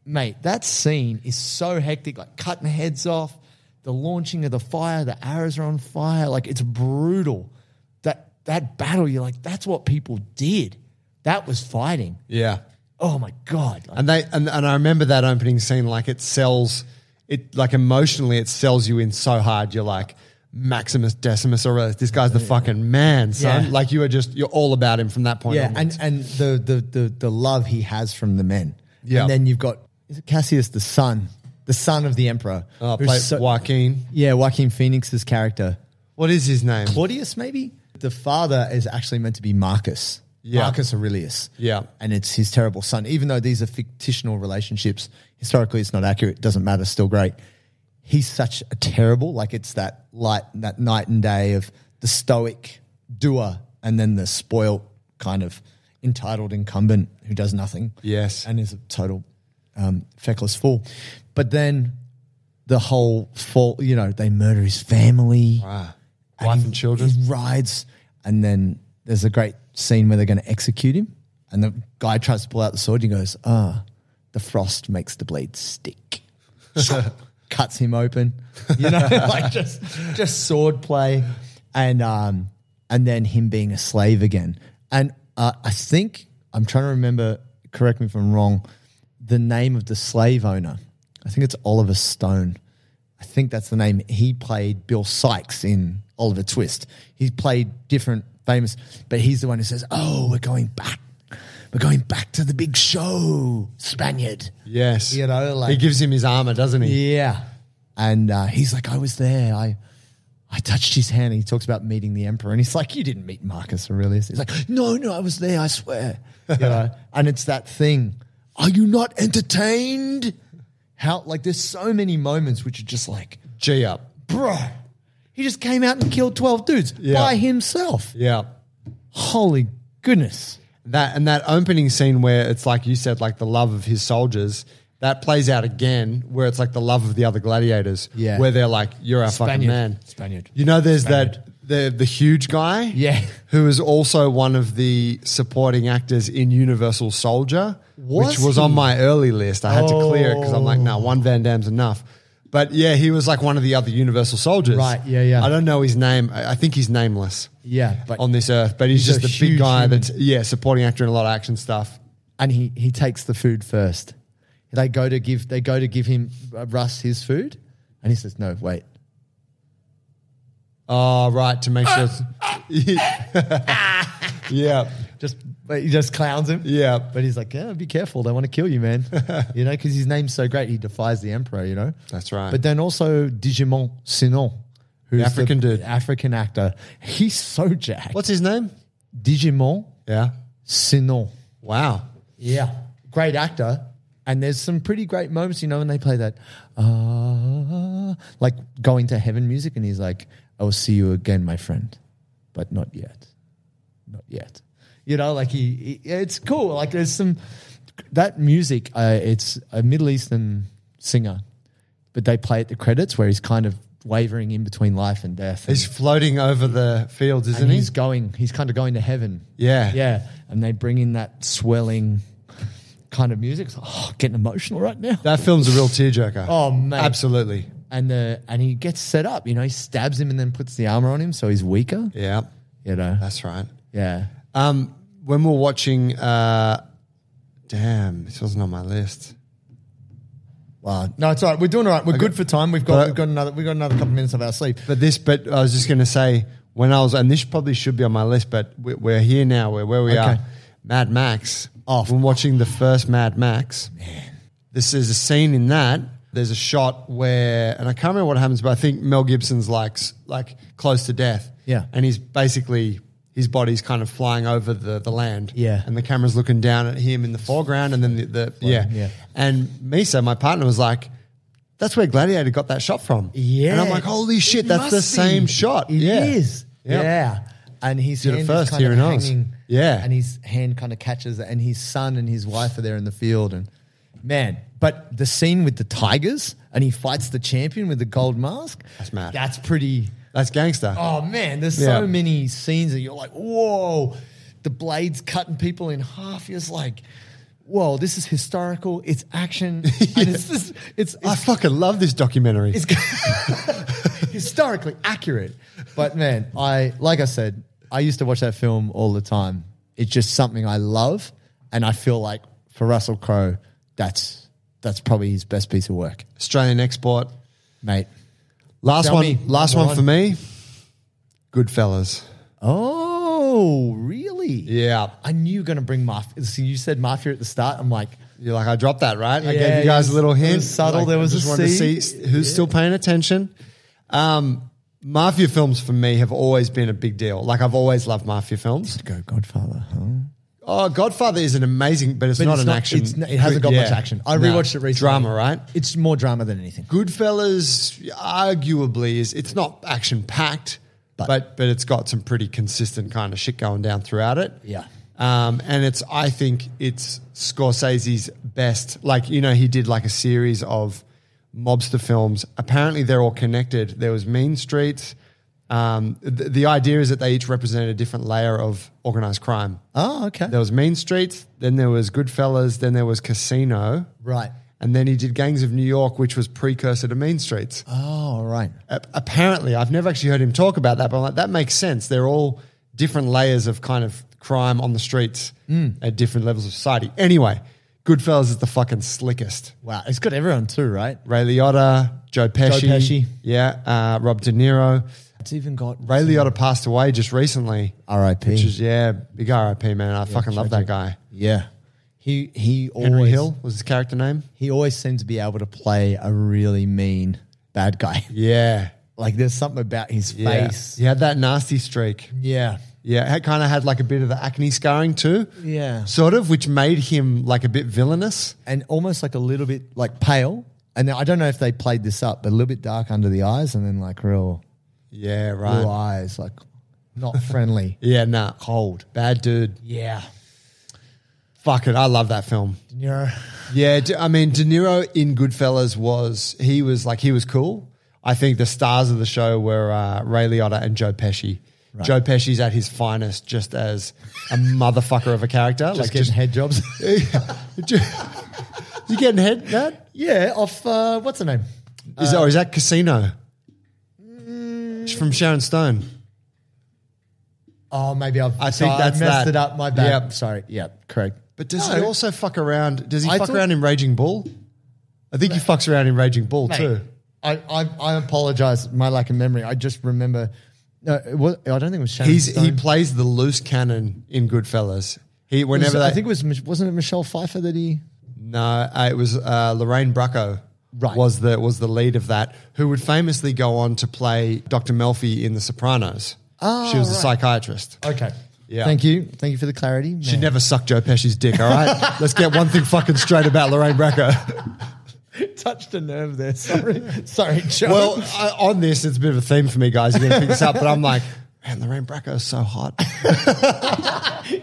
Speaker 7: Mate, that scene is so hectic, like cutting heads off, the launching of the fire, the arrows are on fire. Like, it's brutal. That, that battle, you're like, that's what people did. That was fighting.
Speaker 8: Yeah.
Speaker 7: Oh my God. Like,
Speaker 8: And they and, and I remember that opening scene like it sells it like emotionally it sells you in so hard you're like Maximus Decimus Aurelius this guy's the fucking man son
Speaker 7: Yeah.
Speaker 8: like you are just you're all about him from that point
Speaker 7: Yeah,
Speaker 8: onwards.
Speaker 7: and, and the, the the the love he has from the men.
Speaker 8: Yeah.
Speaker 7: And then you've got is it Cassius the son, the son of the emperor.
Speaker 8: Oh,
Speaker 7: who's
Speaker 8: play,
Speaker 7: so-
Speaker 8: Joaquin
Speaker 7: yeah, Joaquin Phoenix's character,
Speaker 8: what is his name
Speaker 7: Claudius maybe. The father is actually meant to be Marcus.
Speaker 8: Yeah.
Speaker 7: Marcus Aurelius.
Speaker 8: Yeah.
Speaker 7: And it's his terrible son. Even though these are fictional relationships, historically it's not accurate, doesn't matter, still great. He's such a terrible, like it's that light that night and day of the stoic doer and then the spoilt kind of entitled incumbent who does nothing.
Speaker 8: Yes.
Speaker 7: And is a total um, feckless fool. But then the whole fall, you know, they murder his family
Speaker 8: Ah,
Speaker 7: and
Speaker 8: wife
Speaker 7: he-
Speaker 8: and children
Speaker 7: He rides, and then there's a great scene where they're going to execute him, and the guy tries to pull out the sword. And he goes, "Ah, the frost makes the blade stick." (laughs) Cuts him open, you know, like just just sword play, and um, and then him being a slave again. And uh, I think I'm trying to remember. Correct me if I'm wrong. The name of the slave owner, I think it's Oliver Stone. I think that's the name. He played Bill Sykes in Oliver Twist. He played different famous, but he's the one who says, "Oh, we're going back. We're going back to the big show, Spaniard."
Speaker 8: yes
Speaker 7: You know, like-
Speaker 8: he gives him his armor doesn't he
Speaker 7: Yeah, and uh, he's like, "I was there. I." I touched his hand and he talks about meeting the emperor and he's like, You didn't meet Marcus Aurelius. He's like, No, no, I was there, I swear. You know? and it's that thing. Are you not entertained? How like there's so many moments which are just like
Speaker 8: G up
Speaker 7: bro, he just came out and killed 12 dudes
Speaker 8: Yeah.
Speaker 7: by himself.
Speaker 8: yeah
Speaker 7: Holy goodness.
Speaker 8: that and that opening scene where it's like you said, like the love of his soldiers. That plays out again, where it's like the love of the other gladiators.
Speaker 7: Yeah.
Speaker 8: where they're like, "You're our fucking
Speaker 7: Spaniard.
Speaker 8: man,
Speaker 7: Spaniard.
Speaker 8: You know, there's that the the huge guy,
Speaker 7: Yeah.
Speaker 8: who is also one of the supporting actors in Universal Soldier,
Speaker 7: Was
Speaker 8: which was
Speaker 7: he?
Speaker 8: on my early list. I had to clear it because I'm like, nah, one Van Damme's enough. But yeah, he was like one of the other Universal Soldiers.
Speaker 7: Right, yeah, yeah.
Speaker 8: I don't know his name. I I think he's nameless
Speaker 7: Yeah. But,
Speaker 8: on this earth, but he's,
Speaker 7: He's
Speaker 8: just
Speaker 7: a
Speaker 8: the big
Speaker 7: huge
Speaker 8: guy
Speaker 7: human.
Speaker 8: that's yeah supporting actor in a lot of action stuff.
Speaker 7: and he, he takes the food first. they go to give they go to give him uh, Russ his food, and he says, "No, wait."
Speaker 8: Oh, right, to make sure.
Speaker 7: (laughs)
Speaker 8: it's- yeah,
Speaker 7: Just he just clowns him.
Speaker 8: yeah.
Speaker 7: But he's like, yeah, be careful. They want to kill you,
Speaker 8: (laughs)
Speaker 7: man. you know, because his name's so great, he defies the emperor. You know,
Speaker 8: That's right.
Speaker 7: But then also Digimon Sinon, who's
Speaker 8: The African dude.
Speaker 7: African actor. He's so jacked.
Speaker 8: What's his name?
Speaker 7: Digimon
Speaker 8: Yeah.
Speaker 7: Sinon?
Speaker 8: Wow.
Speaker 7: Yeah, great actor. And there's some pretty great moments, you know, when they play that, uh, like going to heaven music, and he's like, "I will see you again, my friend, but not yet, not yet." You know, like he, he it's cool. Like there's some that music. Uh, it's a Middle Eastern singer, but they play at the credits where he's kind of wavering in between life and death.
Speaker 8: He's floating over the fields, isn't
Speaker 7: and
Speaker 8: he?
Speaker 7: he's going, he's kind of going to heaven.
Speaker 8: Yeah.
Speaker 7: Yeah. And they bring in that swelling kind of music. It's like, oh, getting emotional right now.
Speaker 8: That film's a real tearjerker.
Speaker 7: Oh, mate.
Speaker 8: Absolutely.
Speaker 7: And the and he gets set up, you know, he stabs him and then puts the armor on him so he's weaker.
Speaker 8: Yeah.
Speaker 7: You know.
Speaker 8: That's right.
Speaker 7: yeah.
Speaker 8: Um, when we we're watching, uh, damn, this wasn't on my list.
Speaker 7: Wow. No, it's all right. We're doing all right. We're
Speaker 8: Okay.
Speaker 7: good for time. We've got
Speaker 8: But-
Speaker 7: we've got another we've got another couple minutes of our sleep.
Speaker 8: But this, but I was just going to say when I was, and this probably should be on my list, but we- we're here now. We're where we
Speaker 7: Okay.
Speaker 8: are. Mad Max. Oh, when watching the first Mad Max, this is a scene in that. There's a shot where, and I can't remember what happens, but I think Mel Gibson's like s- like close to death.
Speaker 7: Yeah.
Speaker 8: and he's basically his body's kind of flying over the the land.
Speaker 7: Yeah.
Speaker 8: and the camera's looking down at him in the foreground, and then the, the yeah
Speaker 7: yeah.
Speaker 8: and Misa, my partner, was like. That's where Gladiator got that shot from.
Speaker 7: Yeah.
Speaker 8: And I'm like, holy shit,
Speaker 7: It
Speaker 8: that's the
Speaker 7: must be.
Speaker 8: same shot.
Speaker 7: It is.
Speaker 8: yeah. Yeah.
Speaker 7: Yeah. And his
Speaker 8: Did it
Speaker 7: hand is
Speaker 8: first
Speaker 7: kind
Speaker 8: here
Speaker 7: of
Speaker 8: in Oz.
Speaker 7: hanging.
Speaker 8: Yeah.
Speaker 7: And his hand kind of catches and his son and his wife are there in the field and man, but the scene with the tigers and he fights the champion with the gold mask.
Speaker 8: That's mad.
Speaker 7: That's pretty
Speaker 8: That's gangster.
Speaker 7: Oh man, there's
Speaker 8: Yeah.
Speaker 7: so many scenes that you're like, whoa, the blades cutting people in half. You're just like, whoa, this is historical. It's
Speaker 8: (laughs)
Speaker 7: action. And it's, this, it's,
Speaker 8: I
Speaker 7: it's
Speaker 8: fucking love this documentary.
Speaker 7: it's historically accurate. But man, I like I said, I used to watch that film all the time. It's just something I love, and I feel like for Russell Crowe, that's that's probably his best piece of work,
Speaker 8: Australian export.
Speaker 7: mate.
Speaker 8: Last
Speaker 7: Tell
Speaker 8: one.
Speaker 7: me,
Speaker 8: last
Speaker 7: number
Speaker 8: one for me. Goodfellas.
Speaker 7: Oh, really?
Speaker 8: Yeah.
Speaker 7: I knew you were going to bring mafia. So you said mafia at the start. I'm like,
Speaker 8: You're like, I dropped that, right?
Speaker 7: Yeah,
Speaker 8: I gave you
Speaker 7: it
Speaker 8: guys
Speaker 7: was-
Speaker 8: a little
Speaker 7: it was
Speaker 8: hint.
Speaker 7: subtle.
Speaker 8: Like,
Speaker 7: There was
Speaker 8: I
Speaker 7: a
Speaker 8: just wanted
Speaker 7: C.
Speaker 8: to see who's still paying attention. Um, mafia films for me have always been a big deal. Like I've always loved mafia films.
Speaker 7: go Godfather, huh?
Speaker 8: Oh, Godfather is an amazing, but it's
Speaker 7: But
Speaker 8: not
Speaker 7: it's
Speaker 8: an
Speaker 7: not-
Speaker 8: action.
Speaker 7: it's not- it hasn't got much action. I rewatched it recently.
Speaker 8: Drama, right?
Speaker 7: It's more drama than anything.
Speaker 8: Goodfellas, arguably, is it's not action packed, but, but it's got some pretty consistent kind of shit going down throughout it.
Speaker 7: Yeah.
Speaker 8: Um, and it's I think it's Scorsese's best. Like you know, he did like a series of mobster films. Apparently, they're all connected. There was Mean Streets. Um, th- the idea is that they each represented a different layer of organized crime.
Speaker 7: Oh, okay.
Speaker 8: There was Mean Streets, then there was Goodfellas, then there was Casino.
Speaker 7: Right.
Speaker 8: And then he did Gangs of New York, which was precursor to Mean Streets.
Speaker 7: Oh, right.
Speaker 8: A- apparently, I've never actually heard him talk about that, but I'm like, that makes sense. They're all different layers of kind of crime on the streets
Speaker 7: Hmm.
Speaker 8: at different levels of society. Anyway, Goodfellas is the fucking slickest.
Speaker 7: Wow. It's got everyone too, right?
Speaker 8: Ray Liotta, Joe Pesci,
Speaker 7: Pesci.
Speaker 8: yeah, uh, Rob De Niro.
Speaker 7: It's even got
Speaker 8: Ray Liotta passed away just recently.
Speaker 7: R.I.P.
Speaker 8: Which is yeah, big RIP man. I fucking love that
Speaker 7: tragic.
Speaker 8: guy.
Speaker 7: yeah. He he always
Speaker 8: Henry Hill was his character name.
Speaker 7: he always seems to be able to play a really mean bad guy.
Speaker 8: Yeah,
Speaker 7: (laughs) Like there's something about his
Speaker 8: Yeah.
Speaker 7: face.
Speaker 8: He had that nasty streak.
Speaker 7: Yeah.
Speaker 8: Yeah, it kind of had like a bit of the acne scarring too.
Speaker 7: Yeah.
Speaker 8: Sort of, which made him like a bit villainous.
Speaker 7: And almost like a little bit like pale. And then- I don't know if they played this up, but a little bit dark under the eyes and then like real
Speaker 8: Yeah, right.
Speaker 7: blue eyes, like not (laughs) friendly.
Speaker 8: Yeah, nah. Cold. Bad dude.
Speaker 7: yeah.
Speaker 8: Fuck it. I love that film.
Speaker 7: De Niro.
Speaker 8: Yeah, D- I mean, De Niro in Goodfellas was, he was like, he was cool. I think the stars of the show were uh, Ray Liotta and Joe Pesci. Joe Pesci's at his finest just as a motherfucker of a character.
Speaker 7: Just getting head jobs.
Speaker 8: (laughs) You getting head, Dad?
Speaker 7: (laughs) yeah, off uh, what's her name?
Speaker 8: Is that, or is that Casino? It's from Sharon Stone.
Speaker 7: Oh, maybe I've
Speaker 8: I
Speaker 7: so
Speaker 8: think that's
Speaker 7: messed
Speaker 8: that.
Speaker 7: it up. My bad.
Speaker 8: Yep.
Speaker 7: Sorry. Yeah, correct.
Speaker 8: But does
Speaker 7: No.
Speaker 8: he also fuck around? Does he
Speaker 7: I
Speaker 8: fuck
Speaker 7: thought-
Speaker 8: around in Raging Bull? I think he fucks around in Raging Bull
Speaker 7: Mate,
Speaker 8: too.
Speaker 7: I, I, I apologize my lack of memory. I just remember. No, it was, I don't think it was Sharon
Speaker 8: He's
Speaker 7: Stone.
Speaker 8: he plays the loose cannon in Goodfellas. He
Speaker 7: It was-
Speaker 8: whenever they
Speaker 7: I think it was Mich- wasn't it Michelle Pfeiffer that he
Speaker 8: no, uh, it was uh, Lorraine Bracco.
Speaker 7: Right.
Speaker 8: was the was the lead of that, who would famously go on to play Dr. Melfi in The Sopranos.
Speaker 7: Ah,
Speaker 8: she was a
Speaker 7: right.
Speaker 8: psychiatrist.
Speaker 7: Okay.
Speaker 8: Yeah.
Speaker 7: Thank you. Thank you for the clarity.
Speaker 8: She never sucked Joe Pesci's dick.
Speaker 7: (laughs)
Speaker 8: All right, let's get one thing fucking straight about Lorraine Bracco.
Speaker 7: (laughs) touched a nerve there. Sorry. (laughs) Sorry, Joe.
Speaker 8: Well, I, on this, it's a bit of a theme for me, guys. You're going to pick this up, but
Speaker 7: (laughs)
Speaker 8: I'm like, man, Lorraine Bracco is so hot.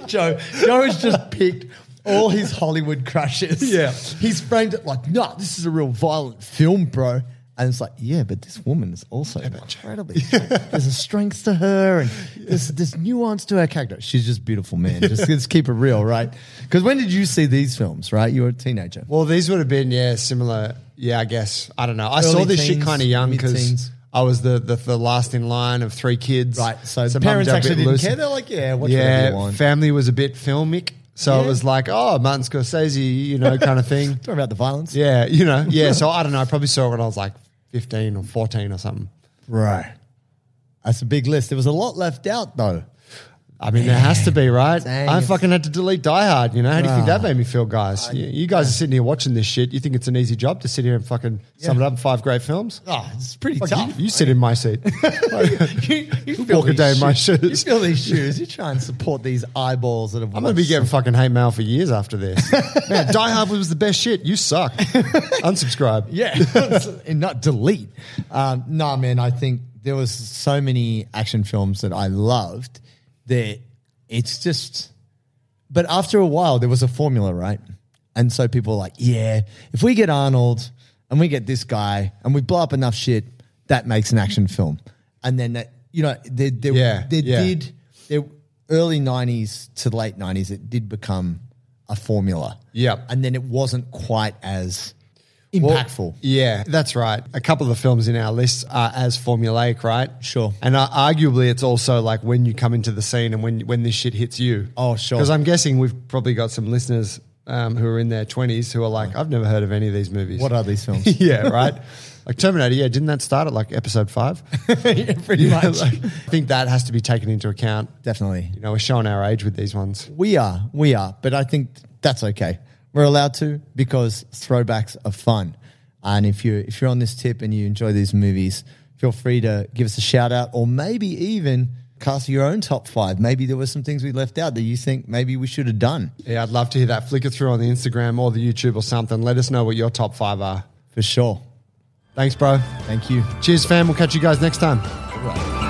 Speaker 7: Joe, Joe has just picked all his Hollywood crushes.
Speaker 8: Yeah.
Speaker 7: He's framed it like, nah, this is a real violent film, bro. And it's like, yeah, but this woman is also incredibly. There's a strength to her and there's, there's nuance to her character. She's just beautiful, man. Just, just keep it real, right? Because when did you see these films, right? You were a teenager.
Speaker 8: Well, these would have been yeah similar. Yeah, I guess I don't know. I saw
Speaker 7: Early
Speaker 8: this shit
Speaker 7: teens,
Speaker 8: kind of young because
Speaker 7: mid-teens.
Speaker 8: I was the, the the last in line of three kids.
Speaker 7: Right. So,
Speaker 8: mum,
Speaker 7: parents
Speaker 8: dad a
Speaker 7: actually
Speaker 8: bit
Speaker 7: didn't
Speaker 8: loose.
Speaker 7: care. They're like, yeah, watch whatever you
Speaker 8: yeah,
Speaker 7: want.
Speaker 8: family was a bit filmic, so it
Speaker 7: Yeah.
Speaker 8: was like, oh, Martin Scorsese, you know, kind
Speaker 7: (laughs)
Speaker 8: of thing.
Speaker 7: Sorry about the violence.
Speaker 8: yeah, you know, yeah. So I don't know. I probably saw it when I was like fifteen or fourteen or something.
Speaker 7: Right. That's a big list. There was a lot left out, though.
Speaker 8: I mean, there has to be, right?
Speaker 7: Dang,
Speaker 8: I
Speaker 7: it's-
Speaker 8: fucking had to delete Die Hard. You know, how do you think
Speaker 7: Ah.
Speaker 8: that made me feel, guys? you, you guys are sitting here watching this shit. You think it's an easy job to sit here and fucking sum it up in five great films?
Speaker 7: Oh, it's pretty
Speaker 8: Fuck,
Speaker 7: tough.
Speaker 8: You, you sit in
Speaker 7: (laughs)
Speaker 8: my seat.
Speaker 7: you, you
Speaker 8: Walk a
Speaker 7: these
Speaker 8: day in my
Speaker 7: shoes.
Speaker 8: shoes.
Speaker 7: You feel these shoes. You try and support these eyeballs that have.
Speaker 8: I'm gonna be getting fucking hate mail for years
Speaker 7: (laughs)
Speaker 8: after this. Man, Die Hard was the best shit. You suck. Unsubscribe.
Speaker 7: (laughs) yeah, and not delete. Um, nah, man. I think there was so many action films that I loved that it's just. But after a while, there was a formula, right? And so people were like, "Yeah, if we get Arnold and we get this guy and we blow up enough shit, that makes an action film." And then that, you know, there, there,
Speaker 8: Yeah,
Speaker 7: there
Speaker 8: yeah.
Speaker 7: did the early 90s to late 90s it did become a formula
Speaker 8: Yep.
Speaker 7: and then it wasn't quite as impactful
Speaker 8: Yeah, that's right. A couple of the films in our list are as formulaic, right?
Speaker 7: Sure.
Speaker 8: And uh, arguably, it's also like when you come into the scene and when when this shit hits you.
Speaker 7: Oh, sure.
Speaker 8: Because I'm guessing we've probably got some listeners um, who are in their 20s who are like, I've never heard of any of these movies.
Speaker 7: what are these (laughs) films
Speaker 8: (laughs) yeah, right. Like Terminator, yeah, didn't that start at like episode five?
Speaker 7: (laughs) Yeah, pretty
Speaker 8: Yeah,
Speaker 7: much
Speaker 8: like, I think that has to be taken into account.
Speaker 7: definitely
Speaker 8: You know, we're showing our age with these ones.
Speaker 7: we are we are but i think that's okay we're allowed to because throwbacks are fun and if you if you're on this tip and you enjoy these movies feel free to give us a shout out or maybe even cast your own top five maybe there were some things we left out that you think maybe we should have done
Speaker 8: Yeah, I'd love to hear that. Flick it through on the Instagram or the YouTube or something. Let us know what your top five are.
Speaker 7: for sure
Speaker 8: Thanks, bro.
Speaker 7: thank you
Speaker 8: Cheers, fam. We'll catch you guys next time.
Speaker 7: Right.